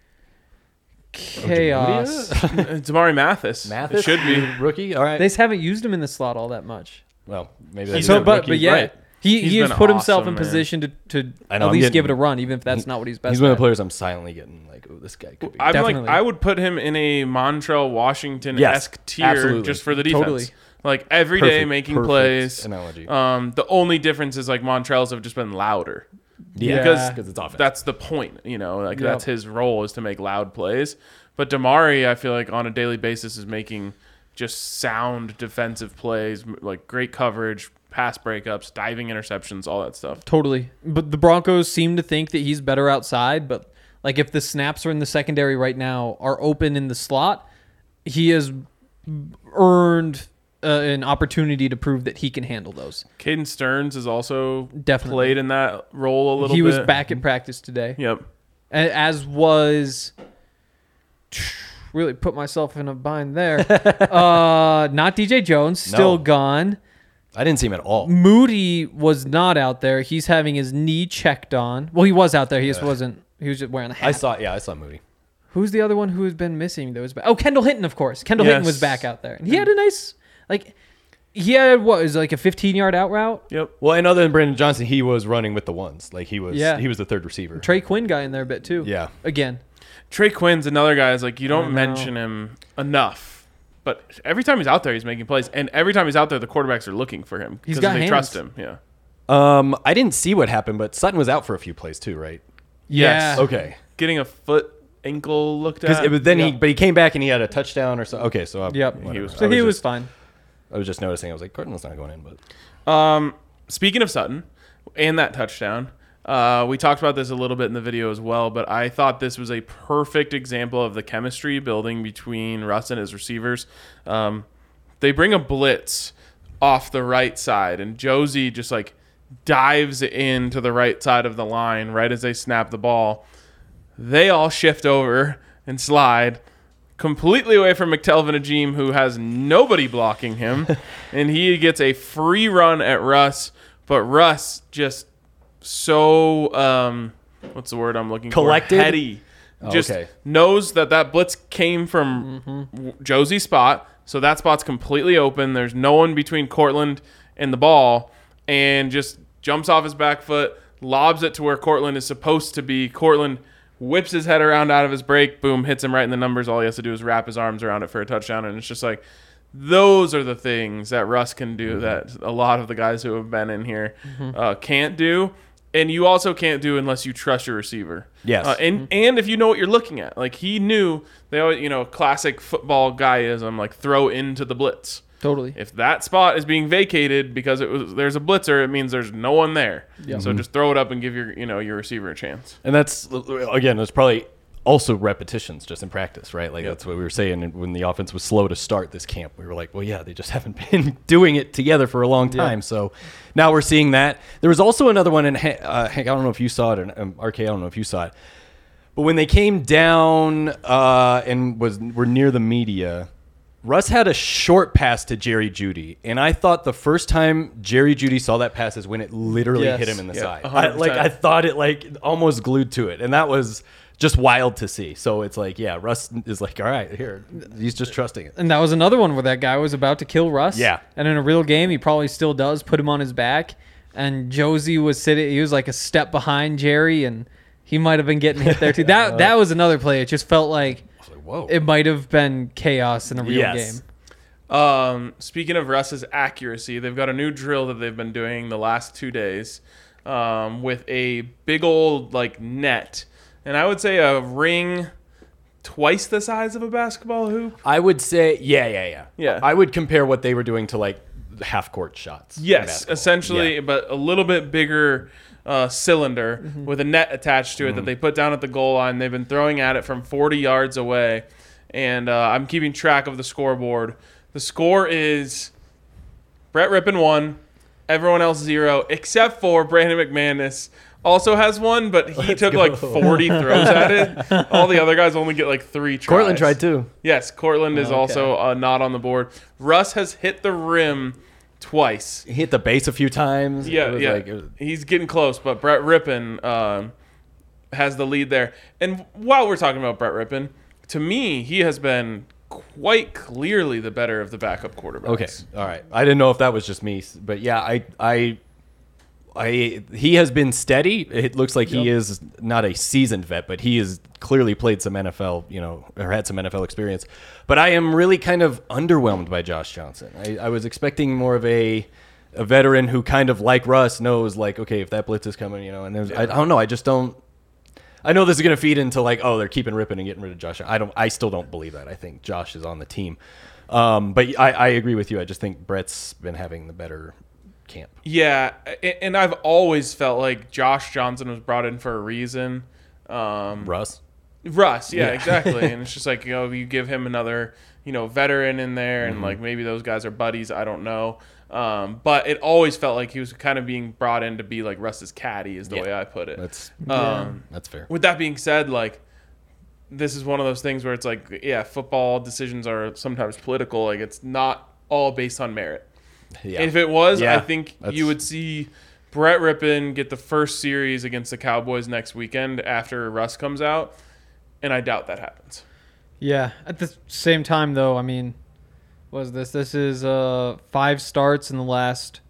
Speaker 2: chaos.
Speaker 1: it's Amari Mathis.
Speaker 3: Mathis
Speaker 1: It should be.
Speaker 3: rookie. All right.
Speaker 2: they just haven't used him in the slot all that much.
Speaker 3: well, maybe
Speaker 1: He's
Speaker 3: that's
Speaker 2: So,
Speaker 1: been
Speaker 2: but but
Speaker 1: rookie,
Speaker 2: yeah,
Speaker 1: right.
Speaker 2: he,
Speaker 1: He's
Speaker 2: he has
Speaker 1: been
Speaker 2: put himself
Speaker 1: awesome,
Speaker 2: in
Speaker 1: man.
Speaker 2: position to, to
Speaker 3: I
Speaker 2: at
Speaker 3: know, I'm
Speaker 2: least
Speaker 3: getting-
Speaker 2: give it a run, even if that's not what he's best.
Speaker 3: He's one of
Speaker 2: at.
Speaker 3: the players I'm silently getting like, oh, this guy could be.
Speaker 1: I'm
Speaker 2: Definitely.
Speaker 1: like I would put him in a Montrell Washington esque
Speaker 3: Yes,
Speaker 1: tier
Speaker 3: absolutely.
Speaker 1: just for the defense.
Speaker 2: Totally.
Speaker 1: Like every day
Speaker 3: Perfect,
Speaker 1: making
Speaker 3: perfect
Speaker 1: plays.
Speaker 3: analogy.
Speaker 1: Um, the only difference is like Montrells have just been louder.
Speaker 3: Yeah,
Speaker 1: because
Speaker 3: because it's offense.
Speaker 1: That's the point, you know. Like
Speaker 2: Yep.
Speaker 1: that's his role is to make loud plays. But Damari, I feel like on a daily basis is making just sound defensive plays, m- like great coverage, pass breakups, diving interceptions, all that stuff.
Speaker 2: Totally. But the Broncos seem to think that he's better outside, but like if the snaps are in the secondary right now are open in the slot, he has earned uh, an opportunity to prove that he can handle those.
Speaker 1: Caden Stearns is also
Speaker 2: Definitely.
Speaker 1: played in that role a little
Speaker 2: He
Speaker 1: bit.
Speaker 2: was back at practice today,
Speaker 1: Yep.
Speaker 2: A- as was really put myself in a bind there. uh, not DJ Jones, still
Speaker 3: No.
Speaker 2: gone.
Speaker 3: I didn't see him at all.
Speaker 2: Moody was not out there. He's having his knee checked on. Well, he was out there. He just wasn't. He was just wearing a hat.
Speaker 3: I saw. Yeah, I saw Moody.
Speaker 2: Who's the other one who has been missing that was back? Oh, Kendall Hinton, of course. Kendall Hinton was
Speaker 1: Yes.
Speaker 2: back out there. And he had a nice like he had what it was like a fifteen yard out route.
Speaker 1: Yep.
Speaker 3: Well, and other than Brandon Johnson, he was running with the ones. Like he was.
Speaker 2: Yeah.
Speaker 3: He was the third receiver.
Speaker 2: Trey Quinn got in there a bit too.
Speaker 3: Yeah.
Speaker 2: Again.
Speaker 1: Trey Quinn's another guy. Is like you don't
Speaker 2: I know.
Speaker 1: mention him enough, but every time he's out there, he's making plays, and every time he's out there, the quarterbacks are looking for him
Speaker 2: He's
Speaker 1: because
Speaker 2: got
Speaker 1: they
Speaker 2: hands.
Speaker 1: trust him. Yeah.
Speaker 3: Um, I didn't see what happened, but Sutton was out for a few plays too, right?
Speaker 1: Yes.
Speaker 2: Yeah.
Speaker 3: Okay.
Speaker 1: Getting a foot ankle looked
Speaker 3: Because
Speaker 1: at.
Speaker 3: then he,
Speaker 2: Yeah.
Speaker 3: but he came back and he had a touchdown or so. Okay, so I,
Speaker 2: Yep.
Speaker 3: whatever.
Speaker 1: He was-
Speaker 2: So
Speaker 3: I
Speaker 2: he was
Speaker 3: just,
Speaker 2: fine.
Speaker 3: I was just noticing. I was like, Cardinals not going in, but
Speaker 1: Um, speaking of Sutton and that touchdown, uh, we talked about this a little bit in the video as well, but I thought this was a perfect example of the chemistry building between Russ and his receivers. Um, they bring a blitz off the right side, and Josie just like dives into the right side of the line right as they snap the ball. They all shift over and slide completely away from McTelvin Ajim, who has nobody blocking him, and he gets a free run at Russ. But Russ just so um, what's the word I'm looking
Speaker 3: Collected? Oh,
Speaker 1: for? Heady. just
Speaker 3: okay.
Speaker 1: knows that that blitz came from w Josie's spot, so that spot's completely open. There's no one between Cortland and the ball, and just jumps off his back foot, lobs it to where Cortland is supposed to be. Cortland whips his head around out of his break, boom, hits him right in the numbers. All he has to do is wrap his arms around it for a touchdown, and it's just like those are the things that Russ can do that a lot of the guys who have been in here uh, can't do. And you also can't do unless you trust your receiver.
Speaker 3: Yes.
Speaker 1: Uh, and and if you know what you're looking at, like he knew they always, you know, classic football guyism, like throw into the blitz.
Speaker 2: Totally.
Speaker 1: If that spot is being vacated because it was there's a blitzer, it means there's no one there. So just throw it up and give your you know your receiver a chance.
Speaker 3: And that's again, there's probably also repetitions just in practice, right? Like that's what we were saying and when the offense was slow to start this camp. We were like, well, yeah, they just haven't been doing it together for a long time. So now we're seeing that. There was also another one, and uh, Hank, I don't know if you saw it, or um, RK, I don't know if you saw it, but when they came down uh, and was were near the media. Russ had a short pass to Jerry Judy, and I thought the first time Jerry Judy saw that pass is when it literally
Speaker 2: Yes.
Speaker 3: hit him in the
Speaker 1: Yeah,
Speaker 3: side. I,
Speaker 1: 100%.
Speaker 3: like I thought it like almost glued to it, and that was just wild to see. So it's like, yeah, Russ is like, all right, here, he's just trusting it.
Speaker 2: And that was another one where that guy was about to kill Russ.
Speaker 3: Yeah.
Speaker 2: And in a real game, he probably still does put him on his back. And Josie was sitting, he was like a step behind Jerry, and he might have been getting hit there too. That that was another play. It just felt like
Speaker 3: Whoa,
Speaker 2: it might have been chaos in a real
Speaker 3: oh. Yes.
Speaker 2: game.
Speaker 1: Um, speaking of Russ's accuracy, they've got a new drill that they've been doing the last two days um, with a big old like net, and I would say a ring twice the size of a basketball hoop.
Speaker 3: I would say, yeah, yeah, yeah,
Speaker 1: Yeah.
Speaker 3: I would compare what they were doing to like half court shots. in
Speaker 1: Yes,
Speaker 3: basketball.
Speaker 1: essentially, but a little bit bigger uh, cylinder
Speaker 3: Mm-hmm.
Speaker 1: with a net attached to it that they put down at the goal line. They've been throwing at it from 40 yards away, and uh, I'm keeping track of the scoreboard. The score is Brett Rippon one, everyone else zero, except for Brandon McManus. Also has one, but he took like 40 throws at it. All the other guys only get like three tries.
Speaker 3: Cortland tried too.
Speaker 1: Yes, Cortland is also uh, not on the board. Russ has hit the rim twice.
Speaker 3: He hit the base a few times. It
Speaker 1: Yeah,
Speaker 3: was
Speaker 1: yeah.
Speaker 3: like- it was-
Speaker 1: He's getting close, but Brett Rippon um has the lead there. And while we're talking about Brett Rippon, to me, he has been quite clearly the better of the backup quarterbacks.
Speaker 3: Okay. All right. I didn't know if that was just me, but yeah, I I I he has been steady. It looks like he is not a seasoned vet, but he has clearly played some NFL, you know, or had some NFL experience. But I am really kind of underwhelmed by Josh Johnson. I, I was expecting more of a a veteran who kind of like Russ knows like okay if that blitz is coming you know and there's, I, I don't know I just don't I know this is going to feed into like, oh, they're keeping ripping and getting rid of Josh. I don't. I still don't believe that. I think Josh is on the team. Um, but I, I agree with you. I just think Brett's been having the better camp.
Speaker 1: Yeah, a- and I've always felt like Josh Johnson was brought in for a reason. Um,
Speaker 3: Russ.
Speaker 1: Russ, yeah, exactly. and it's just like, you know, you give him another, you know, veteran in there and like maybe those guys are buddies, I don't know. Um, but it always felt like he was kind of being brought in to be like Russ's caddy is the way I put it.
Speaker 3: That's
Speaker 1: um
Speaker 3: that's fair.
Speaker 1: with that being said, like this is one of those things where it's like, yeah, football decisions are sometimes political. Like it's not all based on merit.
Speaker 3: Yeah.
Speaker 1: If it was, I
Speaker 3: Yeah,
Speaker 1: think
Speaker 3: that's-
Speaker 1: you would see Brett Rippon get the first series against the Cowboys next weekend after Russ comes out, and I doubt that happens.
Speaker 2: Yeah. At the same time, though, I mean, what is this? This is uh, five starts in the last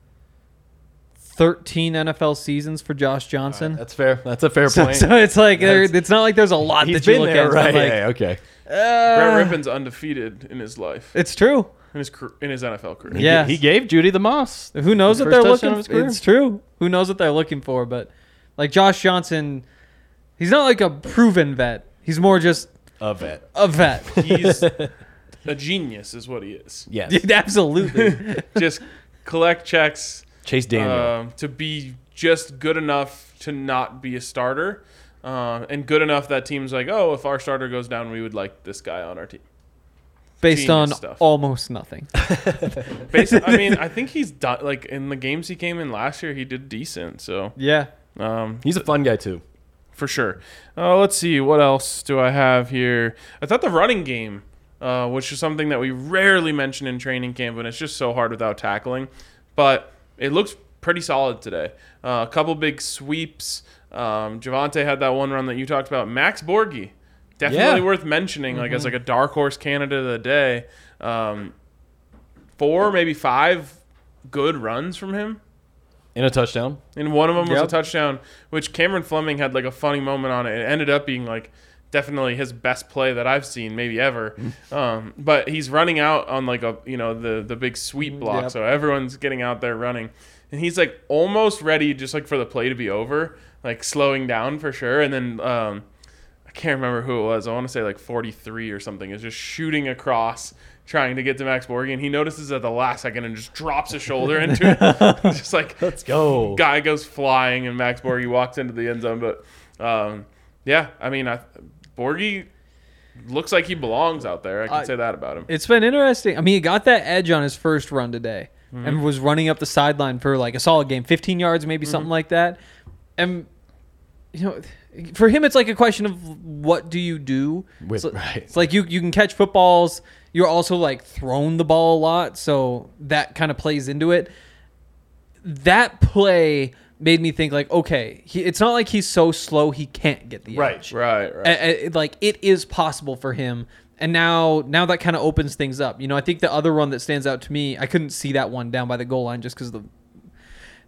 Speaker 2: 13 NFL seasons for Josh Johnson.
Speaker 3: that's fair. That's a fair
Speaker 2: so,
Speaker 3: point.
Speaker 2: so it's like there, it's not like there's a lot
Speaker 3: He's
Speaker 2: that you
Speaker 3: been
Speaker 2: look
Speaker 3: there,
Speaker 2: at. and
Speaker 3: right?
Speaker 2: I'm like,
Speaker 3: yeah, okay.
Speaker 1: Brett Rippon's undefeated in his life,
Speaker 2: It's true.
Speaker 1: in his car- in his NFL career.
Speaker 2: Yeah.
Speaker 3: He gave Judy the moss.
Speaker 2: Who knows
Speaker 3: The
Speaker 2: what
Speaker 3: first
Speaker 2: they're
Speaker 3: touchdown of
Speaker 2: looking
Speaker 3: his career.
Speaker 2: for? It's true. Who knows what they're looking for? But like Josh Johnson, he's not like a proven vet. He's more just
Speaker 3: A vet.
Speaker 2: a vet.
Speaker 1: He's a genius, is what he is.
Speaker 3: Yes.
Speaker 2: Dude, Absolutely.
Speaker 1: Just collect checks.
Speaker 3: Chase Daniel.
Speaker 2: Uh,
Speaker 1: um, to be just good enough to not be a starter, um, and good enough that teams like, oh, if our starter goes down, we would like this guy on our team.
Speaker 2: Based on
Speaker 1: stuff.
Speaker 2: almost nothing.
Speaker 1: Based, I mean, I think he's done. Like in the games he came in last year, he did decent. So
Speaker 2: Yeah.
Speaker 1: um,
Speaker 3: He's a fun guy too.
Speaker 1: for sure. Uh, let's see what else do I have here. I thought the running game, uh, which is something that we rarely mention in training camp, and it's just so hard without tackling, but it looks pretty solid today. Uh, a couple big sweeps. Um, Javante had that one run that you talked about. Max Borgi definitely
Speaker 3: Yeah.
Speaker 1: worth mentioning. Like as like a dark horse candidate of the day, um, four maybe five good runs from him.
Speaker 3: in a touchdown.
Speaker 1: And one of them was a
Speaker 3: Yep.
Speaker 1: touchdown, which Cameron Fleming had like a funny moment on it. It ended up being like definitely his best play that I've seen, maybe ever.
Speaker 3: Mm.
Speaker 1: um, but he's running out on like a you know the the big sweep block,
Speaker 3: Mm, Yep.
Speaker 1: so everyone's getting out there running, and he's like almost ready, just like for the play to be over, like slowing down for sure. And then um, I can't remember who it was. I want to say like 43 or something is just shooting across. Trying to get to Max Borgi, and he notices at the last second and just drops his shoulder into it. just like,
Speaker 3: Let's go.
Speaker 1: guy goes flying and Max Borgi walks into the end zone. But um, yeah, I mean, I, Borgi looks like he belongs out there. I can say that about him.
Speaker 2: It's been interesting. I mean, he got that edge on his first run today
Speaker 3: Mm-hmm.
Speaker 2: and was running up the sideline for like a solid game, 15 yards,
Speaker 3: Mm-hmm.
Speaker 2: maybe something like that. And, you know, for him, it's like a question of what do you do?
Speaker 3: With-
Speaker 2: it's, li-
Speaker 3: right.
Speaker 2: it's like you, you can catch footballs. You're also like thrown the ball a lot. So that kind of plays into it. That play made me think, like, okay, he, it's not like he's so slow he can't get the
Speaker 3: Right,
Speaker 2: edge
Speaker 1: Right, right.
Speaker 2: a- a- like it is possible for him and now now that kind of opens things up you know i think the other one that stands out to me i couldn't see that one down by the goal line just because the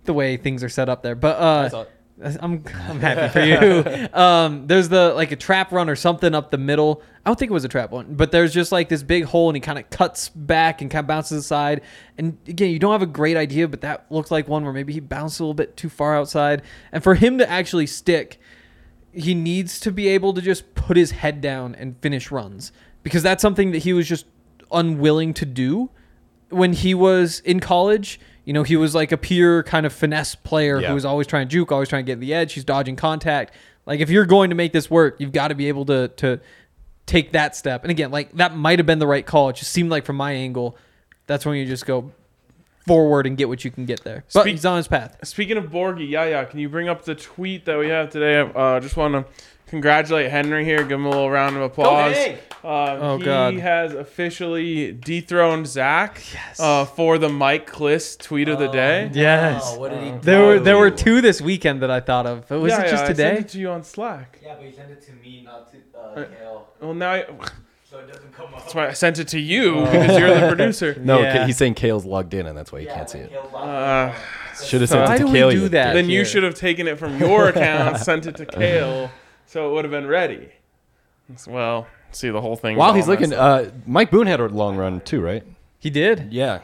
Speaker 2: the way things are set up there but
Speaker 3: saw
Speaker 2: uh
Speaker 3: it.
Speaker 2: I'm, I'm happy for you. Um, there's the like a trap run or something up the middle. I don't think it was a trap one, but there's just like this big hole, and he kind of cuts back and kind of bounces aside. And again, you don't have a great idea, but that looked like one where maybe he bounced a little bit too far outside. And for him to actually stick, he needs to be able to just put his head down and finish runs because that's something that he was just unwilling to do when he was in college. You know, he was like a pure kind of finesse player
Speaker 3: Yeah.
Speaker 2: who was always trying to juke, always trying to get the edge. He's dodging contact. Like if you're going to make this work, you've got to be able to to take that step. And again, like that might have been the right call. It just seemed like from my angle, that's when you just go forward and get what you can get there. But
Speaker 1: Speak-
Speaker 2: he's on his path.
Speaker 1: Speaking of Borgi, Yaya, can you bring up the tweet that we have today? Uh, just want to congratulate Henry here. Give him a little round of applause.
Speaker 3: Henry!
Speaker 1: Um,
Speaker 2: Oh,
Speaker 1: he
Speaker 2: God.
Speaker 1: has officially dethroned Zach uh, for the Mike Kliss tweet of the day.
Speaker 2: Yes.
Speaker 4: what did he do?
Speaker 2: There were there were two this weekend that I thought of. But was
Speaker 1: Yeah,
Speaker 2: it just
Speaker 1: yeah, I
Speaker 2: today?
Speaker 1: sent it to you on Slack.
Speaker 4: Yeah, but he sent it to me, not to uh, Kale,
Speaker 1: Well, now I,
Speaker 4: so it doesn't come up.
Speaker 1: that's why I sent it to you because you're the producer.
Speaker 3: Oh. No,
Speaker 2: Yeah.
Speaker 3: Ka- he's saying Kale's logged in, and that's why you
Speaker 4: Yeah,
Speaker 3: can't see
Speaker 4: but
Speaker 3: it.
Speaker 4: Kale blocked
Speaker 1: Uh,
Speaker 3: Should have sent
Speaker 2: Why
Speaker 3: it
Speaker 2: do
Speaker 3: to
Speaker 2: we
Speaker 3: Kale.
Speaker 2: do
Speaker 3: you
Speaker 2: that?
Speaker 3: dick.
Speaker 1: then you
Speaker 2: here.
Speaker 1: should have taken it from your account, sent it to Kale, so it would have been ready. It's- Well, see the whole thing.
Speaker 3: While
Speaker 1: was
Speaker 3: he's
Speaker 1: all
Speaker 3: looking,
Speaker 1: messed up.
Speaker 3: uh, Mike Boone had a long run too, right?
Speaker 2: He did.
Speaker 3: Yeah.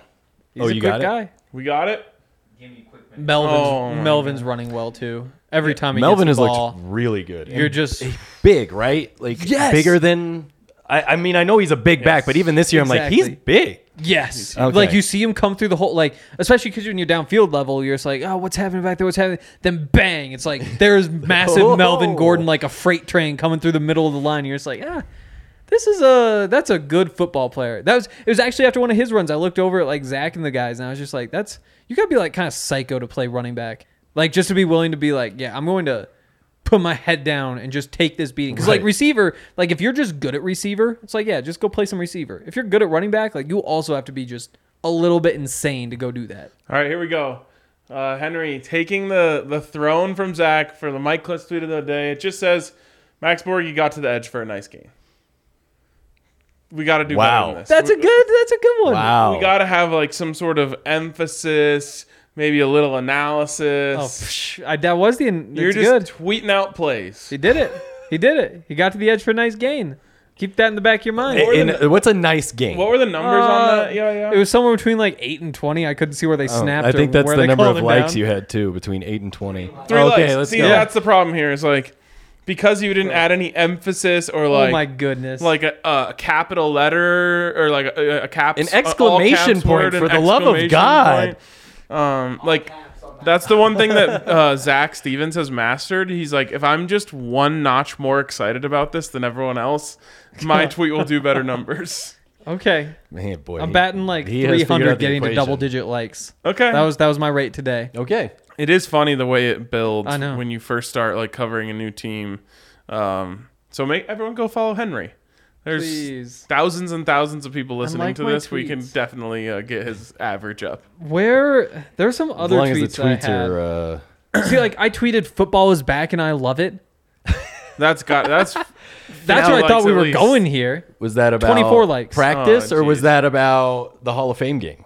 Speaker 2: He's
Speaker 3: oh,
Speaker 2: a
Speaker 3: you
Speaker 2: quick
Speaker 3: got
Speaker 2: guy.
Speaker 3: it.
Speaker 1: we got it.
Speaker 4: it. Give me a quick minute.
Speaker 2: Melvin's
Speaker 1: Oh, my
Speaker 2: Melvin's running well too. Every time he
Speaker 3: Melvin has
Speaker 2: gets the ball,
Speaker 3: looked really good.
Speaker 2: you're
Speaker 3: And
Speaker 2: just
Speaker 3: big, right? Like
Speaker 2: Yes!
Speaker 3: bigger than. I, I mean, I know he's a big back, but even this year, I'm like, he's
Speaker 2: Exactly.
Speaker 3: big.
Speaker 2: yes.
Speaker 3: Okay.
Speaker 2: Like you see him come through the whole like, especially because you're in your downfield level, you're just like, oh, what's happening back there? What's happening? Then bang, it's like there's massive
Speaker 3: Oh.
Speaker 2: Melvin Gordon like a freight train coming through the middle of the line. You're just like, ah. This is a that's a good football player. That was it was actually after one of his runs. I looked over at like Zach and the guys, and I was just like, "That's you gotta be like kind of psycho to play running back, like just to be willing to be like, yeah, I'm going to put my head down and just take this beating." Because like
Speaker 3: Right.
Speaker 2: receiver, like if you're just good at receiver, it's like yeah, just go play some receiver. If you're good at running back, like you also have to be just a little bit insane to go do that.
Speaker 1: All right, here we go. Uh, Henry taking the, the throne from Zach for the Mike Klitz tweet of the day. It just says Max Borgi got to the edge for a nice game. We got to do
Speaker 3: Wow.
Speaker 1: better than this.
Speaker 2: That's a
Speaker 1: We-
Speaker 2: good that's a good one.
Speaker 3: Wow.
Speaker 1: We got to have like some sort of emphasis, maybe a little analysis.
Speaker 2: Oh, psh, I, that was the that's
Speaker 1: You're just
Speaker 2: good.
Speaker 1: tweeting out plays.
Speaker 2: He did it. He did it. He got to the edge for a nice gain. Keep that in the back of your mind. Uh,
Speaker 3: In- what's a nice game?
Speaker 1: What were the numbers on that? Yeah, yeah.
Speaker 2: It was somewhere between like eight and twenty. I couldn't see where they
Speaker 3: Oh,
Speaker 2: snapped.
Speaker 3: I think
Speaker 2: or
Speaker 3: that's
Speaker 2: where
Speaker 3: the
Speaker 2: they
Speaker 3: number
Speaker 2: called
Speaker 3: of
Speaker 2: him
Speaker 3: likes
Speaker 2: down.
Speaker 3: you had too, between eight and twenty.
Speaker 1: Three
Speaker 3: okay,
Speaker 1: likes.
Speaker 3: let's
Speaker 1: See,
Speaker 3: go.
Speaker 1: that's the problem here. Is like because you didn't add any emphasis or
Speaker 2: Oh
Speaker 1: like
Speaker 2: my goodness!
Speaker 1: like a, a capital letter or like a, a cap
Speaker 3: An exclamation point for the love of God.
Speaker 1: Um, like that's the one thing that uh, Zach Stevens has mastered. He's like, if I'm just one notch more excited about this than everyone else, my tweet will do better numbers.
Speaker 2: okay,
Speaker 3: Man, boy,
Speaker 2: I'm
Speaker 3: he-
Speaker 2: batting like
Speaker 3: he has figured
Speaker 2: 300,
Speaker 3: out the
Speaker 2: getting to
Speaker 3: equation.
Speaker 2: double digit likes.
Speaker 1: Okay,
Speaker 2: That was that was my rate today.
Speaker 3: Okay,
Speaker 1: It is funny the way it builds
Speaker 2: I know.
Speaker 1: when you first start like covering a new team. Um, so make everyone go follow Henry. There's
Speaker 2: Please.
Speaker 1: thousands and thousands of people listening
Speaker 2: like
Speaker 1: to
Speaker 2: my
Speaker 1: this. We can
Speaker 2: tweets.
Speaker 1: definitely uh, get his average up.
Speaker 2: Where there's some
Speaker 3: as
Speaker 2: other
Speaker 3: long as
Speaker 2: tweets,
Speaker 3: the tweets
Speaker 2: I had.
Speaker 3: are. Uh,
Speaker 2: See, like I tweeted, "Football is back and I love it."
Speaker 1: That's got that's
Speaker 2: That's where I
Speaker 1: likes
Speaker 2: thought we
Speaker 1: at
Speaker 2: were
Speaker 1: least.
Speaker 2: going here.
Speaker 3: Was that about
Speaker 2: 24 likes.
Speaker 3: practice,
Speaker 1: Oh,
Speaker 3: or was
Speaker 1: geez.
Speaker 3: that about the Hall of Fame game?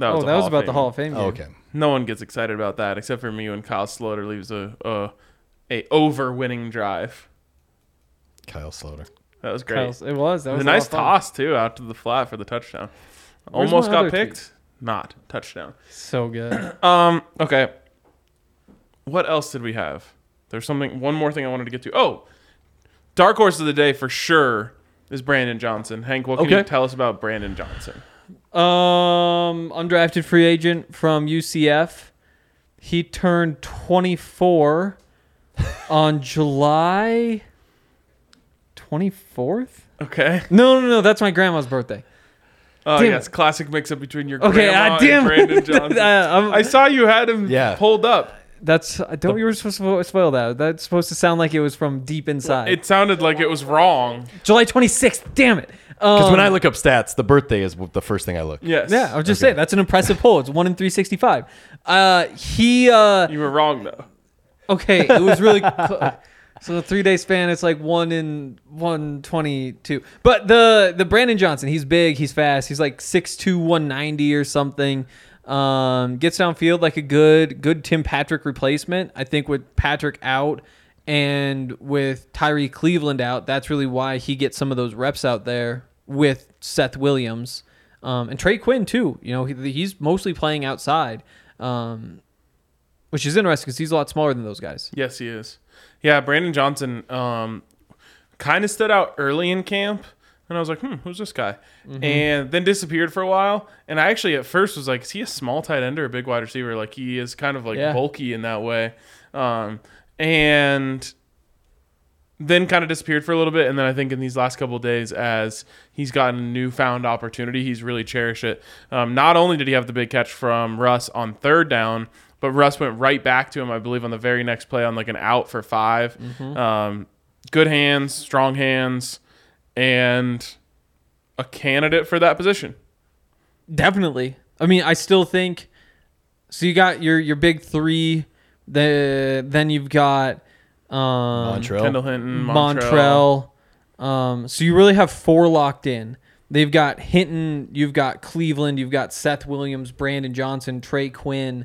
Speaker 2: Oh,
Speaker 1: a
Speaker 2: that was
Speaker 1: of
Speaker 2: about the
Speaker 1: Fame.
Speaker 2: Hall of Fame.
Speaker 3: Oh,
Speaker 2: game.
Speaker 3: okay.
Speaker 1: No one gets excited about that except for me when Kyle Sloter leaves a a, a over winning drive.
Speaker 3: Kyle Sloter.
Speaker 1: That was great.
Speaker 2: Kyle's- It was. That
Speaker 1: It
Speaker 2: was
Speaker 1: was a
Speaker 2: lot
Speaker 1: nice
Speaker 2: of fun.
Speaker 1: toss too out to the flat for the touchdown.
Speaker 2: Where's
Speaker 1: Almost
Speaker 2: my
Speaker 1: got
Speaker 2: other
Speaker 1: picked. Not touchdown.
Speaker 2: So good.
Speaker 1: Um. Okay. What else did we have? There's something. One more thing I wanted to get to. Oh, dark horse of the day for sure is Brandon Johnson. Hank, what can you
Speaker 3: Okay.
Speaker 1: tell us about Brandon Johnson?
Speaker 2: Um, undrafted free agent from UCF. He turned 24 on July 24th.
Speaker 1: Okay.
Speaker 2: No, no, no. That's my grandma's birthday.
Speaker 1: Oh
Speaker 2: Damn
Speaker 1: yes, classic mix-up between your
Speaker 2: Okay,
Speaker 1: grandma
Speaker 2: ah, damn.
Speaker 1: and Brandon Johnson.
Speaker 2: I- I'm-
Speaker 1: I saw you had him
Speaker 3: Yeah.
Speaker 1: pulled up.
Speaker 2: That's I don't. You were supposed to spoil that. That's supposed to sound like it was from deep inside.
Speaker 1: It sounded like it was wrong.
Speaker 2: July 26th. Damn it.
Speaker 3: Because
Speaker 2: Um,
Speaker 3: when I look up stats, the birthday is the first thing I look.
Speaker 1: Yes.
Speaker 2: yeah, I was just saying that's an impressive poll. It's one in 365. Uh, he uh,
Speaker 1: you were wrong though.
Speaker 2: Okay, it was really cl- so the three day span. It's like one in one twenty two. But the the Brandon Johnson, he's big, he's fast, he's like 6'2", 190 or something. Um, gets downfield like a good good Tim Patrick replacement. I think with Patrick out and with Tyree Cleveland out, that's really why he gets some of those reps out there with Seth Williams. Um, and Trey Quinn too. You know he, he's mostly playing outside. Um, which is interesting because he's a lot smaller than those guys.
Speaker 1: Yes, he is. Yeah, Brandon Johnson um, kind of stood out early in camp, and I was like, "Hmm, who's this guy?"
Speaker 2: Mm-hmm.
Speaker 1: And then disappeared for a while. And I actually at first was like, "Is he a small tight end or a big wide receiver?" Like he is kind of like
Speaker 2: Yeah.
Speaker 1: bulky in that way. Um, and then kind of disappeared for a little bit and then i think in these last couple of days as he's gotten a newfound opportunity he's really cherished it um, not only did he have the big catch from russ on third down but russ went right back to him i believe on the very next play on like an out for 5 um, good hands strong hands and a candidate for that position
Speaker 2: Definitely. I mean, I still think so. You got your your big three. The then you've got um,
Speaker 3: Montrell.
Speaker 1: kendall hinton montrell,
Speaker 2: Montrell. Um, so you really have four locked in. They've got Hinton, you've got Cleveland, you've got Seth Williams, Brandon Johnson, Trey Quinn.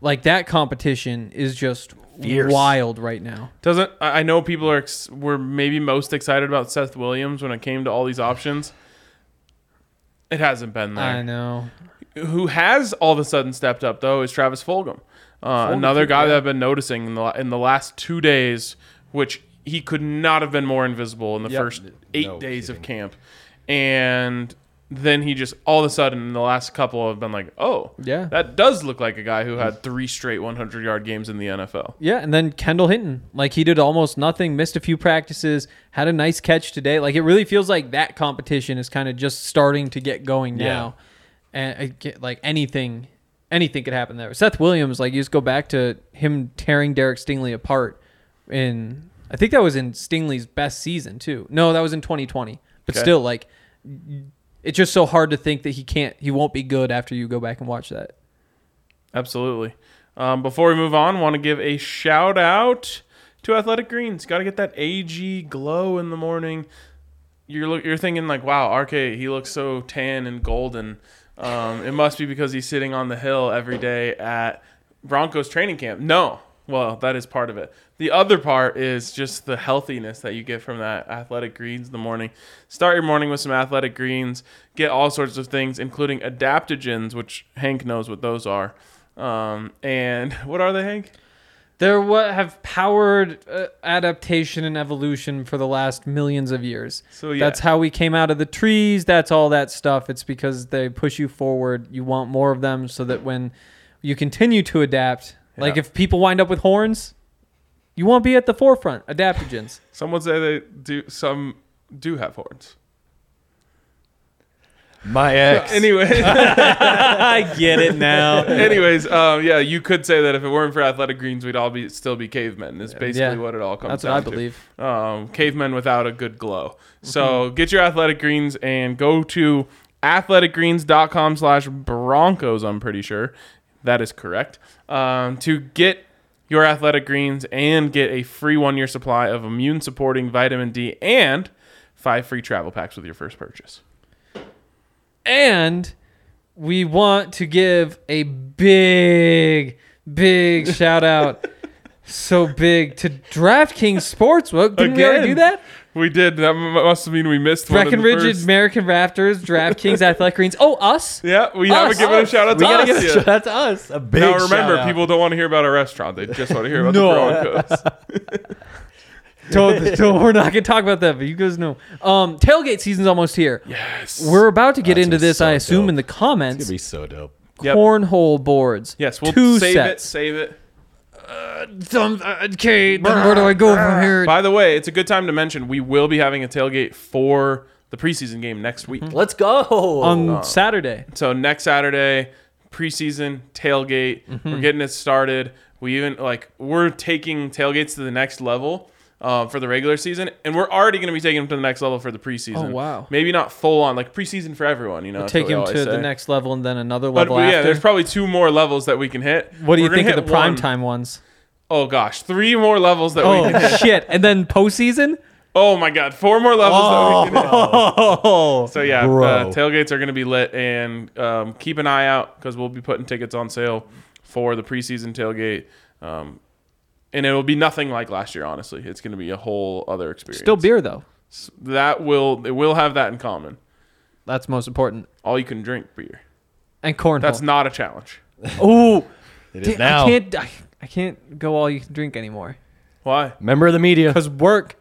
Speaker 2: Like that competition is just
Speaker 3: Fierce.
Speaker 2: wild right now.
Speaker 1: doesn't i I know people are ex- were maybe most excited about seth williams when it came to all these options it hasn't been there.
Speaker 2: I know.
Speaker 1: who has all of a sudden stepped up though is Travis Fulgham, uh, another guy that I've been noticing in the in the last two days, which he could not have been more invisible in the first eight
Speaker 3: No
Speaker 1: days of
Speaker 3: kidding.
Speaker 1: camp, and then he just all of a sudden in the last couple have been like, oh
Speaker 2: Yeah.
Speaker 1: that does look like a guy who had three straight 100 yard games in the NFL.
Speaker 2: Yeah, and then Kendall Hinton, like he did almost nothing, missed a few practices, had a nice catch today. Like it really feels like that competition is kind of just starting to get going now, and I get- like anything, anything could happen there. Seth Williams, like you just go back to him tearing Derek Stingley apart in, I think that was in Stingley's best season too. No, that was in 2020, but
Speaker 1: Okay.
Speaker 2: still, like it's just so hard to think that he can't, he won't be good after you go back and watch that.
Speaker 1: Absolutely. Um, before we move on, want to give a shout out to Athletic Greens. Got to get that AG glow in the morning. You're look, you're thinking like, wow, RK, he looks so tan and golden. Um, it must be because he's sitting on the hill every day at Broncos training camp. No, well, that is part of it. The other part is just the healthiness that you get from that athletic greens in the morning. Start your morning with some athletic greens. Get all sorts of things, including adaptogens, which Hank knows what those are. Um, and what are they, Hank?
Speaker 2: They're what have powered uh, adaptation and evolution for the last millions of years.
Speaker 1: So, yeah.
Speaker 2: that's how we came out of the trees. That's all that stuff. It's because they push you forward. You want more of them, so that when you continue to adapt, like
Speaker 1: Yeah.
Speaker 2: if people wind up with horns, you won't be at the forefront. Adaptogens.
Speaker 1: Some would say they do. Some do have horns.
Speaker 3: My ex.
Speaker 1: Anyway.
Speaker 2: I get it now.
Speaker 1: Anyways, um, yeah, you could say that if it weren't for athletic greens, we'd all be still be cavemen. Is basically
Speaker 2: Yeah.
Speaker 1: what it all comes.
Speaker 2: That's what
Speaker 1: down
Speaker 2: I
Speaker 1: to.
Speaker 2: believe. Mm-hmm.
Speaker 1: Um, cavemen without a good glow. So get your athletic greens and go to athleticgreens.com/slash Broncos. I'm pretty sure that is correct. Um, to get your athletic greens and get a free one year supply of immune supporting vitamin D and five free travel packs with your first purchase.
Speaker 2: And we want to give a big, big shout out. so big to DraftKings Sportsbook. Didn't we already do
Speaker 1: Again.
Speaker 2: that?
Speaker 1: We did. That m- must mean we missed one. in the
Speaker 2: Breckenridge,
Speaker 1: first.
Speaker 2: American Raptors, DraftKings, Athletic Greens. Oh, us?
Speaker 1: Yeah, we haven't
Speaker 2: Us.
Speaker 1: given a shout out
Speaker 3: We
Speaker 1: to
Speaker 3: gotta
Speaker 1: us
Speaker 3: give a
Speaker 1: yet.
Speaker 3: shout out to us. A big
Speaker 1: now remember,
Speaker 3: shout-out.
Speaker 1: people don't want to hear about our restaurant. They just want to hear about the
Speaker 2: No.
Speaker 1: Broncos.
Speaker 2: Don't, don't- we're not gonna talk about that, but you guys know. Um, tailgate season's almost here.
Speaker 1: Yes.
Speaker 2: We're about to get
Speaker 3: That's
Speaker 2: into
Speaker 3: gonna be
Speaker 2: this,
Speaker 3: so
Speaker 2: I assume,
Speaker 3: dope.
Speaker 2: in the
Speaker 3: It's
Speaker 2: comments.
Speaker 3: gonna be so dope.
Speaker 1: Yep.
Speaker 2: Cornhole boards.
Speaker 1: Yes, we'll
Speaker 2: two
Speaker 1: save it.
Speaker 2: sets.
Speaker 1: Save it.
Speaker 2: Some- uh, okay, then where do I go
Speaker 1: Ah.
Speaker 2: from here?
Speaker 1: By the way, it's a good time to mention we will be having a tailgate for the preseason game next week.
Speaker 2: Mm-hmm.
Speaker 3: Let's go.
Speaker 2: On Saturday.
Speaker 1: So next Saturday, preseason tailgate.
Speaker 2: Mm-hmm.
Speaker 1: We're getting it started. We even like we're taking tailgates to the next level uh, for the regular season, and we're already going to be taking them to the next level for the preseason.
Speaker 2: Oh, wow.
Speaker 1: Maybe not full on like preseason for everyone. You know, that's
Speaker 2: Take
Speaker 1: what we
Speaker 2: him
Speaker 1: always
Speaker 2: to
Speaker 1: say.
Speaker 2: the next level and then another
Speaker 1: But
Speaker 2: level
Speaker 1: yeah,
Speaker 2: after.
Speaker 1: there's probably two more levels that we can hit.
Speaker 2: what do you
Speaker 1: We're gonna
Speaker 2: think of the
Speaker 1: hit one-
Speaker 2: primetime ones?
Speaker 1: Oh gosh, three more levels that we can hit.
Speaker 2: Oh shit! And then postseason.
Speaker 1: Oh my god, four more levels that we can hit.
Speaker 2: Oh,
Speaker 1: So yeah,
Speaker 3: Bro.
Speaker 1: uh, tailgates are going to be lit, and um, keep an eye out because we'll be putting tickets on sale for the preseason tailgate. Um, and it will be nothing like last year. Honestly, it's going to be a whole other experience.
Speaker 2: still beer though.
Speaker 1: that will it will have that in common.
Speaker 2: That's most important.
Speaker 1: All you can drink beer.
Speaker 2: And cornhole.
Speaker 1: That's not a challenge.
Speaker 2: Ooh,
Speaker 3: It is
Speaker 2: Dude,
Speaker 3: now.
Speaker 2: I can't. I, I can't go all you can drink anymore.
Speaker 1: Why?
Speaker 3: Member of the media.
Speaker 2: Cause work.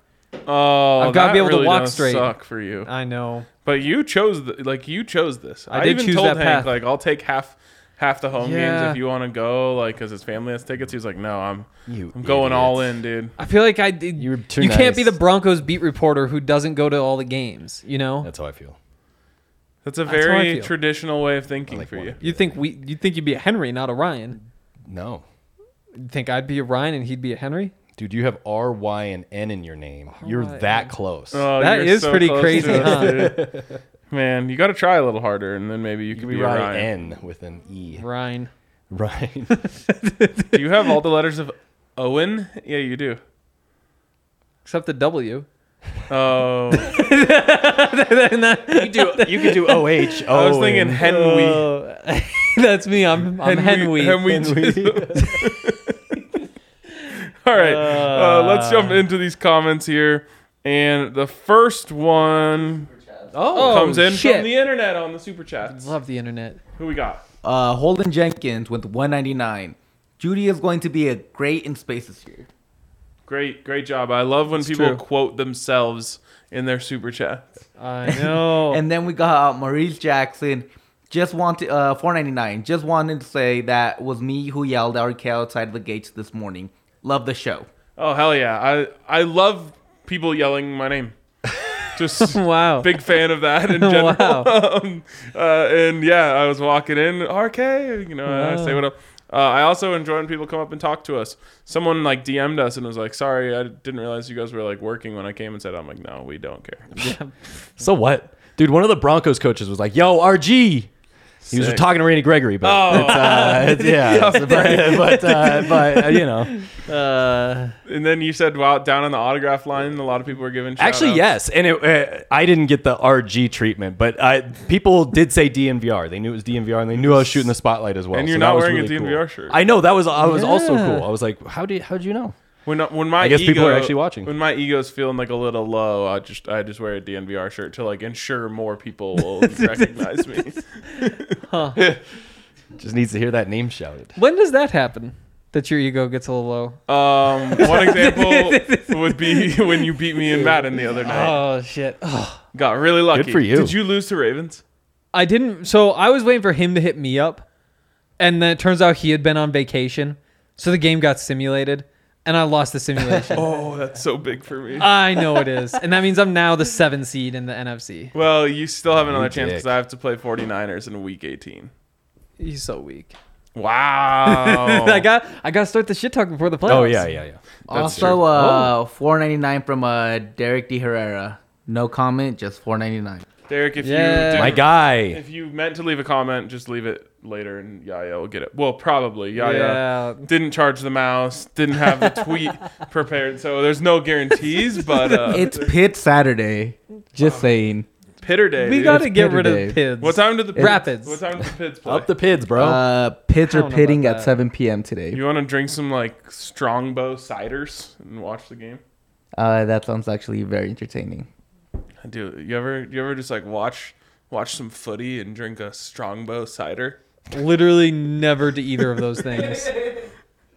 Speaker 1: Oh,
Speaker 2: I've gotta
Speaker 1: that
Speaker 2: be able to
Speaker 1: really
Speaker 2: walk
Speaker 1: does
Speaker 2: straight.
Speaker 1: Suck for you,
Speaker 2: I know.
Speaker 1: but you chose the, like you chose this.
Speaker 2: I did
Speaker 1: even
Speaker 2: choose
Speaker 1: told
Speaker 2: that
Speaker 1: Hank
Speaker 2: path.
Speaker 1: like I'll take half half the home games
Speaker 2: Yeah.
Speaker 1: if you want to go like because his family has tickets. He's like, no, I'm
Speaker 3: You
Speaker 1: I'm going all
Speaker 3: idiots.
Speaker 1: in, dude.
Speaker 2: I feel like I did.
Speaker 3: You were
Speaker 2: You,
Speaker 3: too
Speaker 2: can't be
Speaker 3: nice.
Speaker 2: the Broncos beat reporter who doesn't go to all the games. You know.
Speaker 3: That's how I feel.
Speaker 1: That's a
Speaker 2: That's how I
Speaker 1: very
Speaker 2: feel.
Speaker 1: traditional way of thinking
Speaker 3: like
Speaker 1: for
Speaker 3: one.
Speaker 1: you.
Speaker 2: you think we? You think you'd be a Henry, not a Ryan?
Speaker 3: No.
Speaker 2: You think I'd be a Ryan and he'd be a Henry?
Speaker 3: Dude, you have R, Y, and N in your name. You're
Speaker 2: Y,
Speaker 3: that close.
Speaker 1: Oh,
Speaker 2: That
Speaker 1: you're
Speaker 2: is pretty
Speaker 1: close
Speaker 2: crazy,
Speaker 1: to us,
Speaker 2: huh?
Speaker 1: dude. Man, you got to try a little harder, and then maybe you
Speaker 3: you
Speaker 1: could
Speaker 3: be
Speaker 1: be a
Speaker 3: Ryan,
Speaker 1: Ryan.
Speaker 3: N with an E.
Speaker 2: Ryan.
Speaker 3: Ryan.
Speaker 1: Do you have all the letters of Owen? Yeah, you do.
Speaker 2: Except the W.
Speaker 1: Oh,
Speaker 3: you do. You could do O H O.
Speaker 1: I was thinking Henry.
Speaker 2: Oh, that's me. I'm I'm Henry.
Speaker 1: all right, uh, let's jump into these comments here, and the first one
Speaker 2: Oh,
Speaker 1: comes in
Speaker 2: shit.
Speaker 1: from the internet on the super chats.
Speaker 2: Love the internet.
Speaker 1: Who we got?
Speaker 5: Uh, Holden Jenkins with 199. Judy is going to be a great in space this year.
Speaker 1: Great, great job. I love when people
Speaker 2: true.
Speaker 1: quote themselves in their super chats.
Speaker 2: I know.
Speaker 5: And then we got uh, Maurice Jackson. Just wanted uh 499. Just wanted to say that was me who yelled RK outside the gates this morning. Love the show.
Speaker 1: Oh hell yeah! I I love people yelling my name. Just
Speaker 2: wow.
Speaker 1: big fan of that in general. um, uh, and yeah, I was walking in RK. You know, I say what up. Uh, I also enjoy when people come up and talk to us. Someone like DM'd us and was like, "Sorry, I didn't realize you guys were like working when I came and said." I'm like, "No, we don't care."
Speaker 3: So what? Dude, one of the Broncos coaches was like, yo, RG. He was
Speaker 1: Sick.
Speaker 3: talking to Randy Gregory, but
Speaker 1: Oh.
Speaker 3: it's, uh, it's- yeah, it's- but, but, uh, but uh, you know,
Speaker 2: Uh,
Speaker 1: And then you said, "Wow, down on the autograph line, a lot of people were giving."
Speaker 3: actually,
Speaker 1: shout-outs.
Speaker 3: yes, and it, uh, I didn't get the RG treatment, but I, people did say DNVR. They knew it was DNVR, and they knew I was shooting the spotlight as well.
Speaker 1: And you're
Speaker 3: so
Speaker 1: not
Speaker 3: that was
Speaker 1: wearing a
Speaker 3: really cool.
Speaker 1: DNVR shirt.
Speaker 3: I know that was I was also
Speaker 2: Yeah.
Speaker 3: cool. I was like, how did how did you know?
Speaker 1: When uh, when my
Speaker 3: I guess
Speaker 1: ego,
Speaker 3: people are actually watching.
Speaker 1: When my ego's feeling like a little low, I just I just wear a DNVR shirt to like ensure more people will recognize me.
Speaker 3: Just needs to hear that name shouted.
Speaker 2: when does that happen? That your ego gets a little low.
Speaker 1: Um, one example would be when you beat me in Madden the other night.
Speaker 2: Oh shit. Ugh.
Speaker 1: Got really lucky.
Speaker 3: Ah. for you.
Speaker 1: Did you lose to Ravens?
Speaker 2: I didn't. So I was waiting for him to hit me up, and then it turns out he had been on vacation, so the game got simulated, and I lost the simulation.
Speaker 1: Oh, that's so big for me.
Speaker 2: I know it is, and that means I'm now the seven seed in the NFC.
Speaker 1: well, you still have another chance
Speaker 3: dick.
Speaker 1: because I have to play 49ers in week 18.
Speaker 2: He's so weak.
Speaker 1: Wow.
Speaker 2: I got. I got to start the shit talk before the playoffs.
Speaker 3: Oh yeah, yeah, yeah.
Speaker 5: also,
Speaker 2: Oh.
Speaker 5: uh, 499 from uh Derek D Herrera. No comment, just 499.
Speaker 1: Derek, if
Speaker 2: Yeah.
Speaker 1: you
Speaker 3: My
Speaker 1: didn't-
Speaker 3: guy.
Speaker 1: If you meant to leave a comment, just leave it later and Yaya will get it. Well, probably. Yaya
Speaker 2: Yeah.
Speaker 1: didn't charge the mouse, didn't have the tweet prepared. So there's no guarantees, but uh,
Speaker 6: It's Pit Saturday. Just saying.
Speaker 1: Pitter Day.
Speaker 2: We
Speaker 1: dude.
Speaker 2: gotta
Speaker 6: It's
Speaker 2: get
Speaker 6: Pitter
Speaker 2: rid
Speaker 6: Day.
Speaker 2: of Pids.
Speaker 1: What time did the
Speaker 2: Rapids.
Speaker 1: What time did the Pids play?
Speaker 3: Up the pids, bro.
Speaker 6: Uh, Pits
Speaker 2: I
Speaker 6: are
Speaker 2: don't know
Speaker 6: pitting
Speaker 2: about
Speaker 6: at
Speaker 2: that.
Speaker 6: 7 p.m. today.
Speaker 1: you want to drink some like Strongbow ciders and watch the game?
Speaker 6: Uh, that sounds actually very entertaining.
Speaker 1: I do. You ever you ever just like watch watch some footy and drink a Strongbow cider?
Speaker 2: Literally never to either of those things.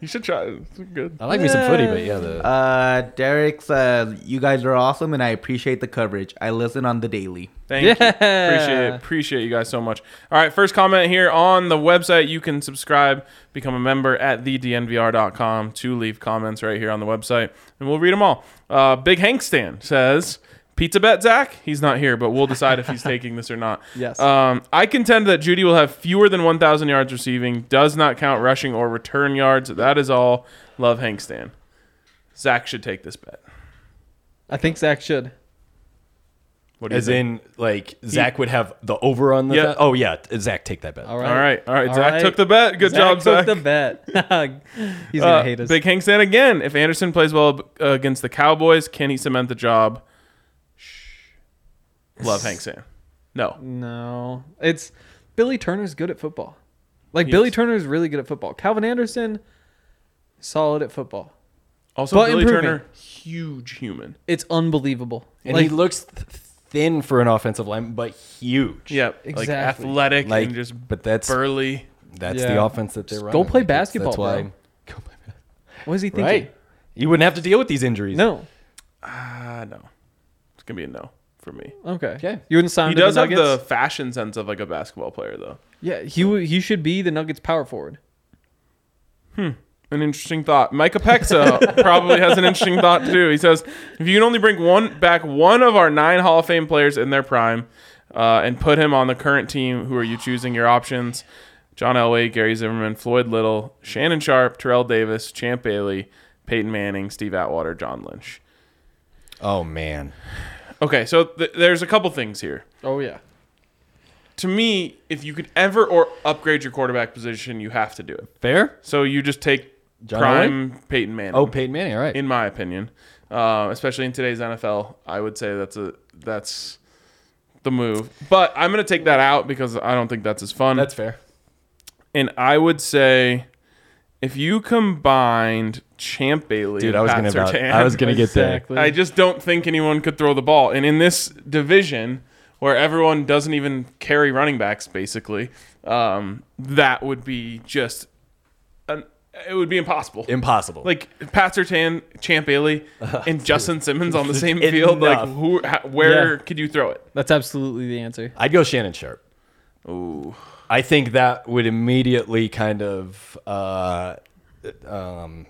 Speaker 1: You should try. it. It's good.
Speaker 3: I like me some footy, but yeah, the
Speaker 5: Uh, Derek says, "You guys are awesome, and I appreciate the coverage. I listen on the daily."
Speaker 1: Thank
Speaker 2: Yeah.
Speaker 1: you. Appreciate it. Appreciate you guys so much. All right, first comment here on the website. You can subscribe, become a member at thednvr.com to leave comments right here on the website, and we'll read them all. Uh, Big Hank Stan says, Pizza bet, Zach? He's not here, but we'll decide if he's taking this or not.
Speaker 2: Yes.
Speaker 1: Um, I contend that Judy will have fewer than 1,000 yards receiving, does not count rushing or return yards. That is all. Love Hank Stan. Zach should take this bet.
Speaker 2: I think Zach should.
Speaker 1: What do you
Speaker 3: as
Speaker 1: think?
Speaker 3: in like Zach would have the over on the.
Speaker 1: Yeah.
Speaker 3: Oh yeah, Zach take that bet.
Speaker 2: All
Speaker 1: All
Speaker 2: right.
Speaker 1: right, all right.
Speaker 2: All
Speaker 1: Zach
Speaker 2: right.
Speaker 1: took the bet. Good job, Zach.
Speaker 2: took the bet. He's gonna
Speaker 1: Uh,
Speaker 2: hate us.
Speaker 1: Big Hank Stan again. If Anderson plays well uh, against the Cowboys, can he cement the job? Shh. Love Hank Stan. No.
Speaker 2: No, it's Billy Turner's good at football. Like Billy Turner's really good at football. Calvin Anderson, solid at football.
Speaker 1: Also,
Speaker 2: But
Speaker 1: Billy
Speaker 2: improving.
Speaker 1: Turner, huge human.
Speaker 2: It's unbelievable.
Speaker 3: And
Speaker 2: like
Speaker 3: he looks th- thin for an offensive lineman, but huge.
Speaker 1: Yep. Like
Speaker 2: Exactly.
Speaker 1: athletic
Speaker 3: Like,
Speaker 1: and just
Speaker 3: but that's
Speaker 1: burly.
Speaker 3: that's
Speaker 2: Yeah.
Speaker 3: the offense that they're
Speaker 2: Just
Speaker 3: running.
Speaker 2: go play
Speaker 3: Like, that's-
Speaker 2: basketball,
Speaker 3: That's why.
Speaker 2: bro.
Speaker 3: Go play basketball.
Speaker 2: what is he thinking?
Speaker 3: Right. You wouldn't have to deal with these injuries.
Speaker 2: No.
Speaker 1: Ah, no. It's gonna be a no for me.
Speaker 2: Okay.
Speaker 3: Okay.
Speaker 2: You wouldn't sign.
Speaker 1: He
Speaker 2: him to
Speaker 1: does
Speaker 2: the
Speaker 1: have the
Speaker 2: Nuggets?
Speaker 1: fashion sense of like a basketball player, though.
Speaker 2: Yeah. He w- he should be the Nuggets power forward.
Speaker 1: An interesting thought. Micah Pexa probably has an interesting thought too. He says, "If you can only bring one back, one of our nine Hall of Fame players in their prime, uh, and put him on the current team, who are you choosing? Your options: John Elway, Gary Zimmerman, Floyd Little, Shannon Sharp, Terrell Davis, Champ Bailey, Peyton Manning, Steve Atwater, John Lynch."
Speaker 3: Oh man.
Speaker 1: Okay, so th- there's a couple things here.
Speaker 2: Oh yeah.
Speaker 1: To me, if you could ever or upgrade your quarterback position, you have to do it.
Speaker 3: Fair.
Speaker 1: So you just take
Speaker 3: John Elway?
Speaker 1: prime Peyton Manning.
Speaker 3: Oh, Peyton Manning. All right.
Speaker 1: in my opinion, uh, especially in today's NFL, I would say that's a that's the move. But I'm going to take that out because I don't think that's as fun.
Speaker 3: that's fair.
Speaker 1: and I would say if you combined Champ Bailey,
Speaker 3: Dude,
Speaker 1: and
Speaker 3: I was
Speaker 1: Pat
Speaker 3: gonna. about-
Speaker 1: Surtain,
Speaker 3: I was gonna get there.
Speaker 2: exactly.
Speaker 1: I just don't think anyone could throw the ball, and in this division where everyone doesn't even carry running backs, basically, um, that would be just an. It would be impossible.
Speaker 3: Impossible.
Speaker 1: Like Pat Sertan, Champ Bailey, and Justin Simmons on the same field. Like
Speaker 3: Enough.
Speaker 1: who? How, where
Speaker 2: Yeah.
Speaker 1: could you throw it?
Speaker 2: That's absolutely the answer.
Speaker 3: I'd go Shannon Sharp.
Speaker 1: Ooh,
Speaker 3: I think that would immediately kind of uh, um,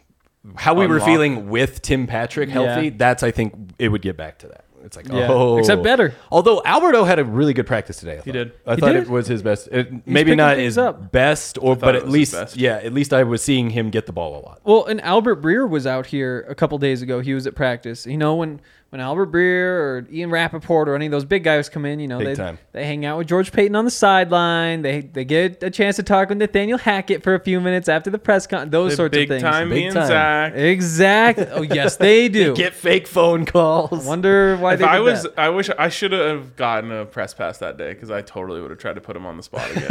Speaker 3: how we were
Speaker 1: Unlock.
Speaker 3: feeling with Tim Patrick healthy.
Speaker 2: Yeah.
Speaker 3: That's I think it would get back to that. It's like
Speaker 2: Yeah.
Speaker 3: oh,
Speaker 2: Except better.
Speaker 3: Although Alberto had a really good practice today. I thought.
Speaker 1: did.
Speaker 3: I thought
Speaker 2: did?
Speaker 3: it was his best. It- maybe
Speaker 2: picking
Speaker 3: not
Speaker 2: things
Speaker 3: his
Speaker 2: up.
Speaker 3: best, or but
Speaker 1: it was
Speaker 3: at
Speaker 1: his
Speaker 3: least
Speaker 1: best.
Speaker 3: yeah, at least I was seeing him get the ball a lot.
Speaker 2: Well, and Albert Breer was out here a couple days ago. He was at practice. You know, when when Albert Breer or Ian Rappaport or any of those big guys come in, you know,
Speaker 3: Big
Speaker 2: they
Speaker 3: time.
Speaker 2: they hang out with George Payton on the sideline. They they get a chance to talk with Nathaniel Hackett for a few minutes after the press con. Those sorts
Speaker 1: big
Speaker 2: of things.
Speaker 1: time,
Speaker 3: Big
Speaker 1: me and
Speaker 3: time.
Speaker 1: Zach.
Speaker 2: Exactly. Oh yes, they do.
Speaker 3: Get fake phone calls.
Speaker 2: Wonder why
Speaker 1: If
Speaker 2: they. Did
Speaker 1: I was,
Speaker 2: that.
Speaker 1: I wish I should have gotten a press pass that day because I totally would have tried to put him on the spot again.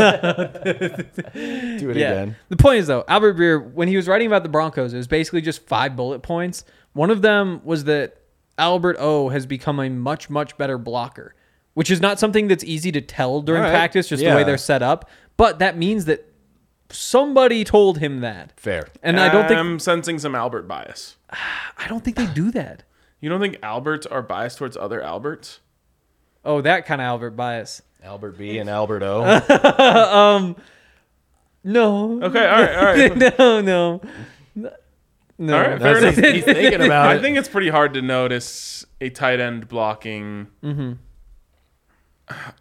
Speaker 3: Do it
Speaker 2: yeah.
Speaker 3: again.
Speaker 2: The point is though, Albert Breer, when he was writing about the Broncos, it was basically just five bullet points. One of them was that Albert O has become a much much better blocker, which is not something that's easy to tell during
Speaker 3: All right.
Speaker 2: practice, just the way
Speaker 3: Yeah.
Speaker 2: they're set up. But that means that somebody told him that,
Speaker 3: Fair. Um,
Speaker 2: and I don't think
Speaker 1: I'm sensing some Albert bias.
Speaker 2: I don't think they do that.
Speaker 1: You don't think Alberts are biased towards other Alberts?
Speaker 2: Oh, that kind of Albert bias.
Speaker 3: Albert B and Albert O.
Speaker 2: No,
Speaker 1: Okay, all right, all right.
Speaker 2: no, no, no.
Speaker 1: All right, fair
Speaker 3: That's-
Speaker 1: enough.
Speaker 3: he's thinking about
Speaker 1: I
Speaker 3: it.
Speaker 1: think it's pretty hard to notice a tight end blocking.
Speaker 3: Mm-hmm.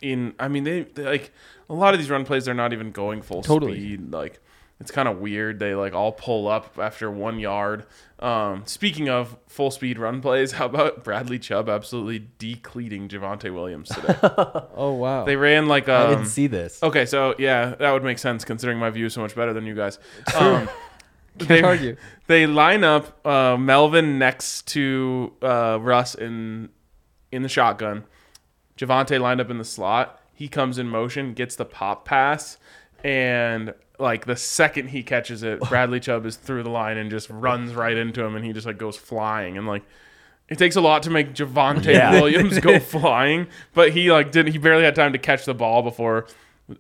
Speaker 1: In I mean they, they like a lot of these run plays they're not even going full
Speaker 2: Totally.
Speaker 1: speed like It's kind of weird. They like all pull up after one yard. Um, speaking of full speed run plays, how about Bradley Chubb absolutely decleating Javante Williams today?
Speaker 2: Oh wow.
Speaker 1: they ran like um,
Speaker 3: I didn't see this.
Speaker 1: Okay, so yeah, that would make sense considering my view is so much better than you guys. Um, they,
Speaker 2: argue.
Speaker 1: they line up uh, Melvin next to uh, Russ in in the shotgun. Javante lined up in the slot. He comes in motion, gets the pop pass, and like the second he catches it, Bradley Chubb is through the line and just runs right into him, and he just like goes flying and like. It takes a lot to make Javante Williams go flying, but he like didn't. He barely had time to catch the ball before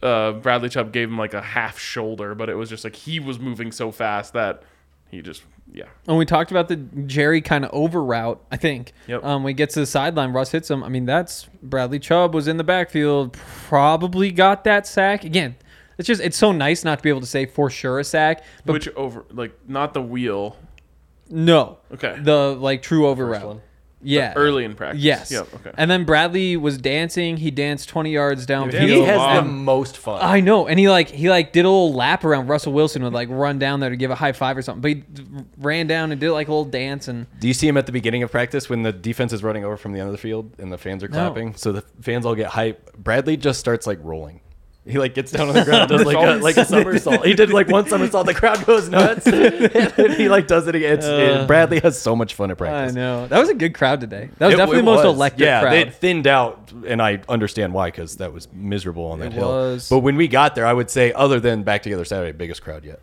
Speaker 1: uh, Bradley Chubb gave him like a half shoulder. But it was just like he was moving so fast that he just yeah.
Speaker 2: and we talked about the Jerry kind of over route. I think.
Speaker 1: Yep.
Speaker 2: Um, we get to the sideline. Russ hits him. I mean, that's Bradley Chubb was in the backfield. Probably got that sack again. It's just it's so nice not to be able to say for sure a sack, but
Speaker 1: Which over like not the wheel
Speaker 2: no.
Speaker 1: Okay.
Speaker 2: The like true over route. Yeah.
Speaker 1: early in practice.
Speaker 2: Yes.
Speaker 1: Yep. Okay.
Speaker 2: And then Bradley was dancing. He danced twenty yards downfield.
Speaker 3: He has the
Speaker 1: Um,
Speaker 3: most fun.
Speaker 2: I know, and he like he like did a little lap around Russell Wilson would like run down there to give a high five or something, but he d- ran down and did like a little dance and
Speaker 3: Do you see him at the beginning of practice when the defense is running over from the end of the field and the fans are clapping? So the fans all get hype. Bradley just starts like rolling. He like gets down on the ground, does like a, like a somersault. He did like one somersault. The crowd goes nuts. and then he like does it again. It's- it- Bradley has so much fun at
Speaker 2: I
Speaker 3: practice.
Speaker 2: know that was a good crowd today. That was
Speaker 3: It-
Speaker 2: definitely
Speaker 3: it
Speaker 2: the most
Speaker 3: was.
Speaker 2: electric
Speaker 3: yeah,
Speaker 2: crowd.
Speaker 3: they thinned out, and I understand why because that was miserable on that
Speaker 2: It
Speaker 3: hill.
Speaker 2: was.
Speaker 3: But when we got there, I would say other than back together Saturday, biggest crowd yet.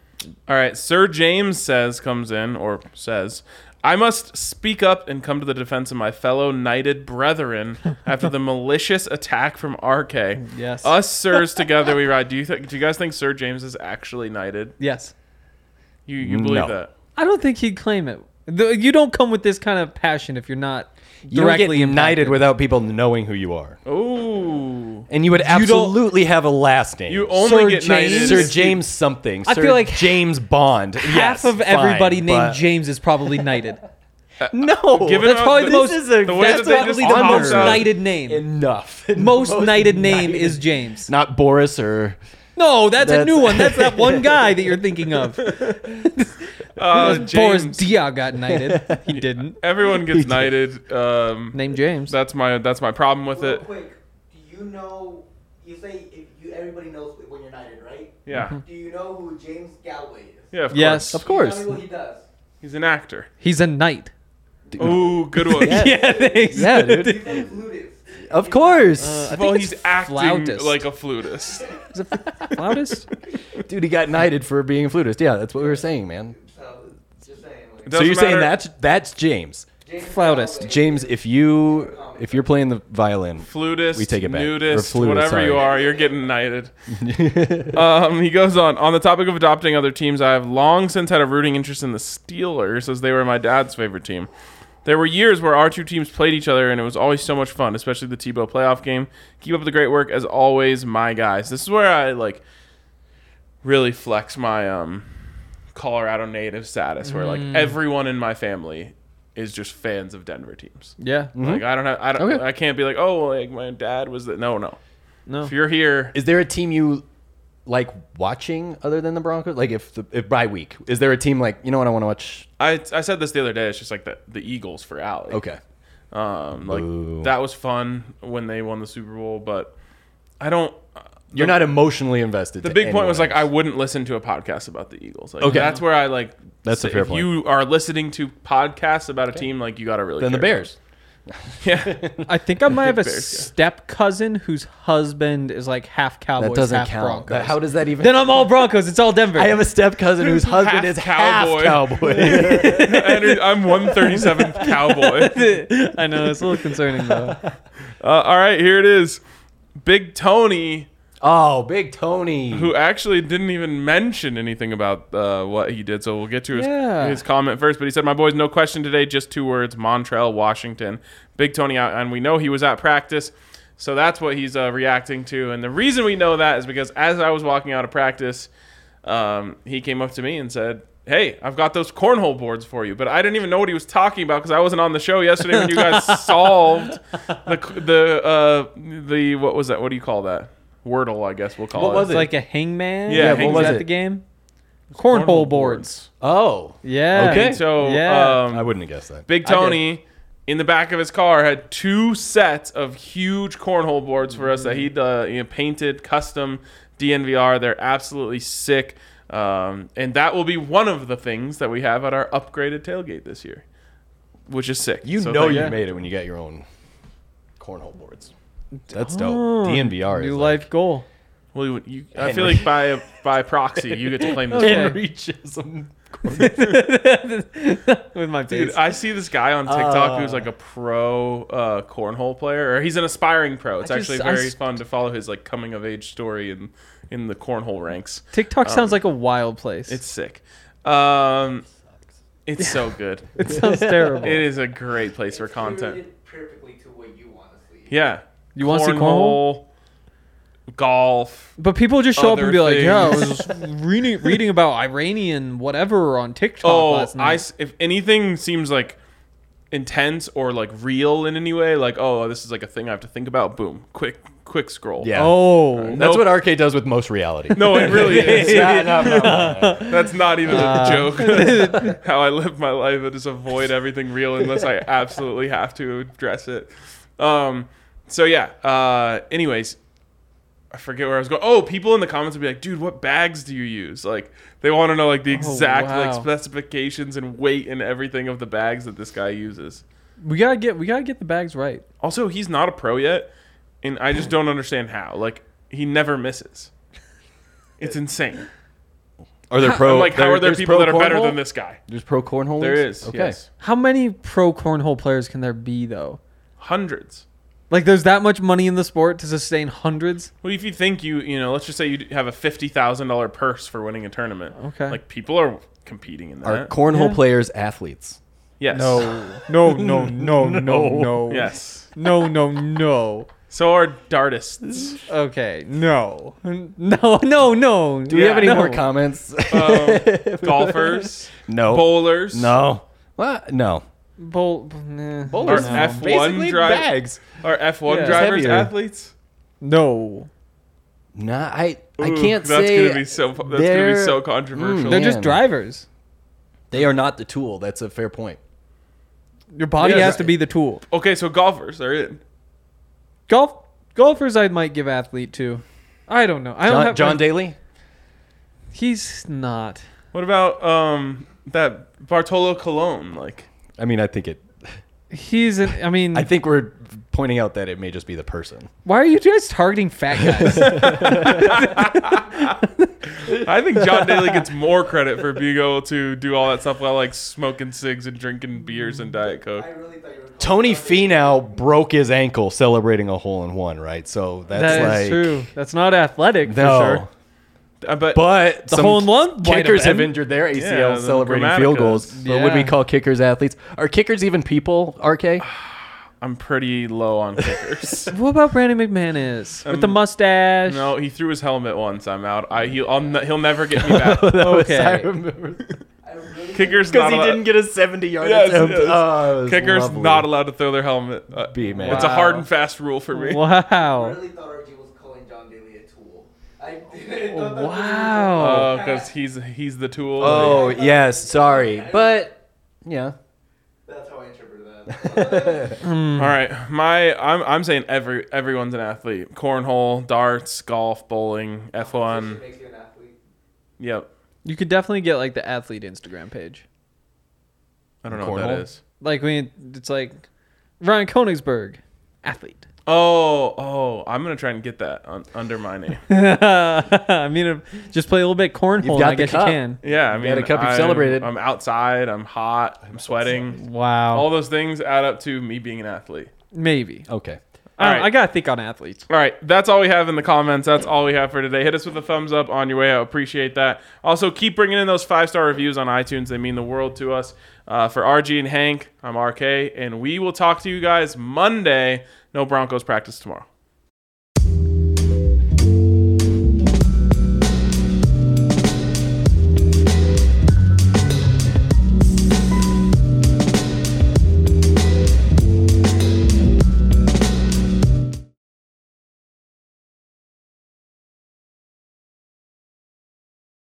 Speaker 1: All right. Sir James says comes in or says. I must speak up and come to the defense of my fellow knighted brethren after the malicious attack from RK.
Speaker 2: Yes.
Speaker 1: Us sirs together we ride. Do you think do you guys think Sir James is actually knighted?
Speaker 2: yes,
Speaker 1: You you believe
Speaker 3: No.
Speaker 1: that?
Speaker 2: I don't think he'd claim it. The- You don't come with this kind of passion if you're not
Speaker 3: You don't
Speaker 2: directly
Speaker 3: get knighted
Speaker 2: impacted.
Speaker 3: without people knowing who you are,
Speaker 1: Oh.
Speaker 3: and you would absolutely have a last name.
Speaker 1: You only
Speaker 2: Sir
Speaker 1: get
Speaker 2: James?
Speaker 1: knighted.
Speaker 3: Sir
Speaker 1: if you-
Speaker 3: James something.
Speaker 2: I
Speaker 3: Sir
Speaker 2: feel like
Speaker 3: James Bond.
Speaker 2: Half
Speaker 3: Yes,
Speaker 2: of
Speaker 3: fine,
Speaker 2: everybody named
Speaker 3: but-
Speaker 2: James is probably knighted.
Speaker 3: No,
Speaker 1: Given
Speaker 2: That's
Speaker 1: up
Speaker 2: probably
Speaker 1: the-
Speaker 2: the most.
Speaker 3: is a-
Speaker 1: the way that
Speaker 2: that's
Speaker 1: they uh,
Speaker 2: probably
Speaker 1: just
Speaker 2: the
Speaker 3: honor
Speaker 2: most
Speaker 3: him.
Speaker 2: knighted name.
Speaker 3: enough.
Speaker 2: Most knighted name is James.
Speaker 3: not Boris or
Speaker 2: No, that's, a
Speaker 3: That's-
Speaker 2: new one. That's that one guy that you're thinking of.
Speaker 1: Uh,
Speaker 2: Boris
Speaker 1: James.
Speaker 2: Diaw got knighted. He didn't.
Speaker 1: Everyone gets knighted. Um,
Speaker 2: Name James.
Speaker 1: that's my that's my problem with
Speaker 4: Real
Speaker 1: it.
Speaker 4: quick, do you know? You say if you everybody knows when you're knighted, right?
Speaker 1: Yeah.
Speaker 4: Do you know who James Galway is?
Speaker 1: Yeah. Of
Speaker 2: Yes.
Speaker 1: course.
Speaker 3: of course.
Speaker 4: Tell me what he does.
Speaker 1: He's an actor.
Speaker 2: He's a knight.
Speaker 1: Ooh, good one.
Speaker 2: Yeah, thanks.
Speaker 3: Yeah, dude.
Speaker 4: He's a flutist.
Speaker 3: Of Uh, course.
Speaker 1: Well, he's acting
Speaker 2: flautist.
Speaker 1: like a flutist.
Speaker 2: Loudest?
Speaker 3: dude, he got knighted for being a flutist. Yeah, that's what we were saying, man.
Speaker 4: So just saying. Like,
Speaker 3: so
Speaker 1: Doesn't
Speaker 3: you're saying
Speaker 1: matter.
Speaker 3: that's that's James.
Speaker 4: James
Speaker 2: Flautist.
Speaker 4: Galway.
Speaker 3: James, if you if you're playing the violin,
Speaker 1: flutist,
Speaker 3: We take it back. Or
Speaker 1: nudist,
Speaker 3: flutist,
Speaker 1: whatever
Speaker 3: sorry.
Speaker 1: you are, you're getting knighted. um, he goes on on the topic of adopting other teams. I have long since had a rooting interest in the Steelers, as they were my dad's favorite team. There were years where our two teams played each other, and it was always so much fun, especially the Tebow playoff game. Keep up the great work, as always, my guys. This is where I like really flex my um, Colorado native status, where like everyone in my family is just fans of Denver teams.
Speaker 2: Yeah.
Speaker 1: Like I don't have I don't
Speaker 3: Okay.
Speaker 1: I can't be like oh like my dad was the no no
Speaker 2: No.
Speaker 1: if you're here
Speaker 3: is there a team you like watching other than the Broncos? Like if the if bye week, is there a team like you know what I want to watch?
Speaker 1: I I said this the other day it's just like the the Eagles for Allie
Speaker 3: Okay,
Speaker 1: um like
Speaker 3: Boo.
Speaker 1: that was fun when they won the Super Bowl but I don't
Speaker 3: you're not emotionally invested.
Speaker 1: the
Speaker 3: to
Speaker 1: big point
Speaker 3: anyone
Speaker 1: was like
Speaker 3: else.
Speaker 1: I wouldn't listen to a podcast about the Eagles like
Speaker 3: Okay.
Speaker 1: that's where I like
Speaker 3: That's a
Speaker 1: say,
Speaker 3: fair
Speaker 1: if
Speaker 3: point.
Speaker 1: you are listening to podcasts about a team like you got to really
Speaker 3: Then the
Speaker 1: care about
Speaker 3: Bears.
Speaker 1: it. yeah
Speaker 2: I think I might have a
Speaker 1: Bears, yeah.
Speaker 2: step cousin whose husband is like half Cowboys,
Speaker 3: That doesn't
Speaker 2: half
Speaker 3: count.
Speaker 2: Broncos.
Speaker 3: That- how does that even?
Speaker 2: then I'm all Broncos. It's all Denver.
Speaker 3: I have a step cousin whose
Speaker 1: Half
Speaker 3: husband is half cowboy.
Speaker 1: And I'm 137th Cowboy
Speaker 2: I know it's a little concerning though.
Speaker 1: uh, all right here it is Big Tony
Speaker 3: oh, Big Tony.
Speaker 1: who actually didn't even mention anything about uh, what he did. So we'll get to his,
Speaker 2: Yeah.
Speaker 1: his comment first. But he said, "My boys, no question today. Just two words: Montreal, Washington. Big Tony out, and we know he was at practice." So that's what he's uh, reacting to, and the reason we know that is because as I was walking out of practice, um, he came up to me and said, "Hey, I've got those cornhole boards for you." But I didn't even know what he was talking about because I wasn't on the show yesterday when you guys solved the the uh, the what was that? What do you call that? Wordle, I guess we'll call
Speaker 3: What
Speaker 1: it.
Speaker 3: was
Speaker 2: It's like a hangman.
Speaker 1: Yeah,
Speaker 2: what
Speaker 1: hangman.
Speaker 2: was
Speaker 3: Is that
Speaker 2: that the
Speaker 3: the
Speaker 2: game? cornhole, boards.
Speaker 3: Oh,
Speaker 2: Yeah.
Speaker 3: Okay.
Speaker 1: So
Speaker 2: Yeah.
Speaker 1: um,
Speaker 3: I wouldn't have guessed that.
Speaker 1: Big Tony in the back of his car had two sets of huge cornhole boards for
Speaker 3: Mm-hmm.
Speaker 1: us that he'd uh, you know, painted custom DNVR. They're absolutely sick. Um, and that will be one of the things that we have at our upgraded tailgate this year, which is sick.
Speaker 3: You
Speaker 1: So
Speaker 3: know
Speaker 1: thank-
Speaker 3: you made it when you got your own cornhole boards. That's
Speaker 1: Oh,
Speaker 3: dope.
Speaker 1: uh,
Speaker 3: DNVR is
Speaker 2: New
Speaker 3: like,
Speaker 2: life goal.
Speaker 1: Well, you, you, I feel like by by proxy, you get to claim this. one.
Speaker 3: Henry Chisholm.
Speaker 2: With my
Speaker 1: Dude,
Speaker 2: face.
Speaker 1: I see this guy on TikTok who's like a pro uh, cornhole player, or he's an aspiring pro. It's
Speaker 2: I just-
Speaker 1: actually
Speaker 2: I
Speaker 1: very
Speaker 2: s-
Speaker 1: fun to follow his like coming of age story in in the cornhole ranks.
Speaker 2: TikTok sounds like a wild place.
Speaker 1: um, It's sick. Um, it's so good.
Speaker 2: it sounds terrible.
Speaker 1: It is a great place for content.
Speaker 4: Related perfectly to what you want to see.
Speaker 1: Yeah,
Speaker 2: You wanna see cornhole?
Speaker 1: cornhole, golf.
Speaker 2: But people just show up
Speaker 1: Other
Speaker 2: and be like, "Yeah, I was
Speaker 1: things.
Speaker 2: just reading, reading about Iranian whatever on TikTok
Speaker 1: Oh,
Speaker 2: last night."
Speaker 1: I, s- if anything seems like intense or like real in any way, like oh, this is like a thing I have to think about. Boom, quick, quick scroll.
Speaker 3: Yeah.
Speaker 2: oh,
Speaker 3: That's
Speaker 1: Nope.
Speaker 3: what RK does with most reality.
Speaker 1: No, it really is.
Speaker 3: Yeah, no, no, no, no.
Speaker 1: That's not even a joke. That's how I live my life. I just avoid everything real unless I absolutely have to address it. Um, so yeah. Uh, anyways, I forget where I was going. Oh, people in the comments would be like, "Dude, what bags do you use?" Like they want to know like the exact like
Speaker 2: wow.
Speaker 1: specifications and weight and everything of the bags that this guy uses.
Speaker 2: we gotta get we gotta get the bags right.
Speaker 1: Also, he's not a pro yet, and I just don't understand how. Like he never misses. It's insane.
Speaker 3: Are there pro?
Speaker 1: I'm like, how are there
Speaker 3: there's
Speaker 1: people
Speaker 3: pro
Speaker 1: that are better
Speaker 3: cornhole?
Speaker 1: than this guy?
Speaker 3: There's pro cornhole.
Speaker 1: There
Speaker 3: leagues?
Speaker 1: is. Okay. Yes.
Speaker 2: How many pro cornhole players can there be though?
Speaker 1: Hundreds.
Speaker 2: Like, there's that much money in the sport to sustain hundreds.
Speaker 1: Well, if you think you, you know, let's just say you have a fifty thousand dollar purse for winning a tournament.
Speaker 2: Okay.
Speaker 1: Like people are competing in
Speaker 3: Are
Speaker 1: that.
Speaker 3: cornhole players athletes?
Speaker 1: yes.
Speaker 2: no, no, no, no, no.
Speaker 1: Yes.
Speaker 2: No, no, no.
Speaker 1: So are dartists.
Speaker 2: Okay, no, no, no, no.
Speaker 3: Do we have any
Speaker 2: no.
Speaker 3: more comments?
Speaker 1: Um, golfers.
Speaker 3: no.
Speaker 1: Bowlers.
Speaker 3: No. What? No.
Speaker 2: Bowl, nah.
Speaker 1: Are F one drivers?
Speaker 3: bags.
Speaker 1: Are F one
Speaker 2: Yeah.
Speaker 1: drivers
Speaker 3: Heavier.
Speaker 1: athletes?
Speaker 2: No,
Speaker 3: Nah, I I
Speaker 1: Ooh,
Speaker 3: can't
Speaker 1: that's
Speaker 3: say
Speaker 1: gonna be so. That's gonna be
Speaker 3: they're- mm.
Speaker 1: so controversial.
Speaker 2: they're just
Speaker 3: Man.
Speaker 2: drivers.
Speaker 3: they are not the tool. That's a fair point.
Speaker 2: Your body
Speaker 1: Yeah,
Speaker 2: has
Speaker 1: right.
Speaker 2: to be the tool.
Speaker 1: okay, so golfers are in.
Speaker 2: Golf golfers, I might give athlete to. I don't know. I don't
Speaker 3: John,
Speaker 2: have
Speaker 3: John Daly.
Speaker 2: He's not.
Speaker 1: What about um that Bartolo Colon? Like,
Speaker 3: I mean, I think it.
Speaker 2: He's an. I mean,
Speaker 3: I think we're pointing out that it may just be the person.
Speaker 2: why are you guys targeting fat guys?
Speaker 1: I think John Daly gets more credit for being able to do all that stuff while like smoking cigs and drinking beers and diet coke.
Speaker 4: I really thought you were.
Speaker 3: Tony Finau broke his ankle celebrating a hole in one, right? So that's
Speaker 2: That is
Speaker 3: like
Speaker 2: true. That's not athletic
Speaker 3: no.
Speaker 2: for sure.
Speaker 1: Uh, but
Speaker 3: But
Speaker 2: The
Speaker 3: some
Speaker 2: hole in one might have
Speaker 3: kickers have
Speaker 2: been.
Speaker 3: injured their ACL
Speaker 1: Yeah, the
Speaker 3: celebrating
Speaker 1: Gramaticas.
Speaker 3: field goals. But would we
Speaker 2: Yeah.
Speaker 3: call kickers athletes? Are kickers even people? RK?
Speaker 1: I'm pretty low on kickers.
Speaker 2: What about Brandon McManus with the mustache?
Speaker 1: Um, no, he threw his helmet once. I'm out. I he'll I'll, ne- he'll never get me back.
Speaker 3: I
Speaker 2: Okay.
Speaker 3: remember
Speaker 4: I really
Speaker 1: Kickers
Speaker 3: because
Speaker 1: not
Speaker 3: he
Speaker 1: allowed,
Speaker 3: didn't get a seventy-yard
Speaker 1: Yes,
Speaker 3: attempt.
Speaker 1: yes.
Speaker 3: Oh, it was
Speaker 1: kickers
Speaker 3: lovely.
Speaker 1: not allowed to throw their helmet. Uh,
Speaker 3: Be, man.
Speaker 1: It's a
Speaker 3: Wow.
Speaker 1: hard and fast rule for me. Uh,
Speaker 2: Wow.
Speaker 4: really thought RG was calling John Daly a tool. I
Speaker 1: Oh.
Speaker 4: thought that
Speaker 2: Wow.
Speaker 1: Because Uh, he's he's the tool.
Speaker 3: Oh yes, sorry, but yeah,
Speaker 4: that's how I interpreted that.
Speaker 1: All right, my I'm I'm saying every everyone's an athlete. Cornhole, darts, golf, bowling,
Speaker 4: It
Speaker 1: F1.
Speaker 4: makes you an athlete.
Speaker 1: Yep.
Speaker 2: You could definitely get like the athlete Instagram page.
Speaker 1: I don't know what that
Speaker 3: Cornhole?
Speaker 1: is.
Speaker 2: Like we, it's like Ryan Konigsberg, athlete.
Speaker 1: Oh, oh, I'm gonna try and get that on, under my name.
Speaker 2: I mean, just play a little bit cornhole. and
Speaker 3: got
Speaker 2: I
Speaker 3: the
Speaker 2: guess
Speaker 3: cup.
Speaker 2: you can.
Speaker 1: Yeah, I
Speaker 3: You
Speaker 1: mean,
Speaker 3: had a cup, you've
Speaker 1: I'm-
Speaker 3: celebrated.
Speaker 1: I'm outside. I'm hot. I'm sweating.
Speaker 2: Wow.
Speaker 1: All those things add up to me being an athlete.
Speaker 2: Maybe.
Speaker 3: okay.
Speaker 2: I, don't-
Speaker 1: right.
Speaker 2: I gotta think on athletes.
Speaker 1: All right, that's all we have in the comments. That's all we have for today. Hit us with a thumbs up on your way out. Appreciate that. Also, keep bringing in those five star reviews on iTunes. They mean the world to us. Uh, for RG and Hank, I'm RK, and we will talk to you guys Monday. No Broncos practice tomorrow.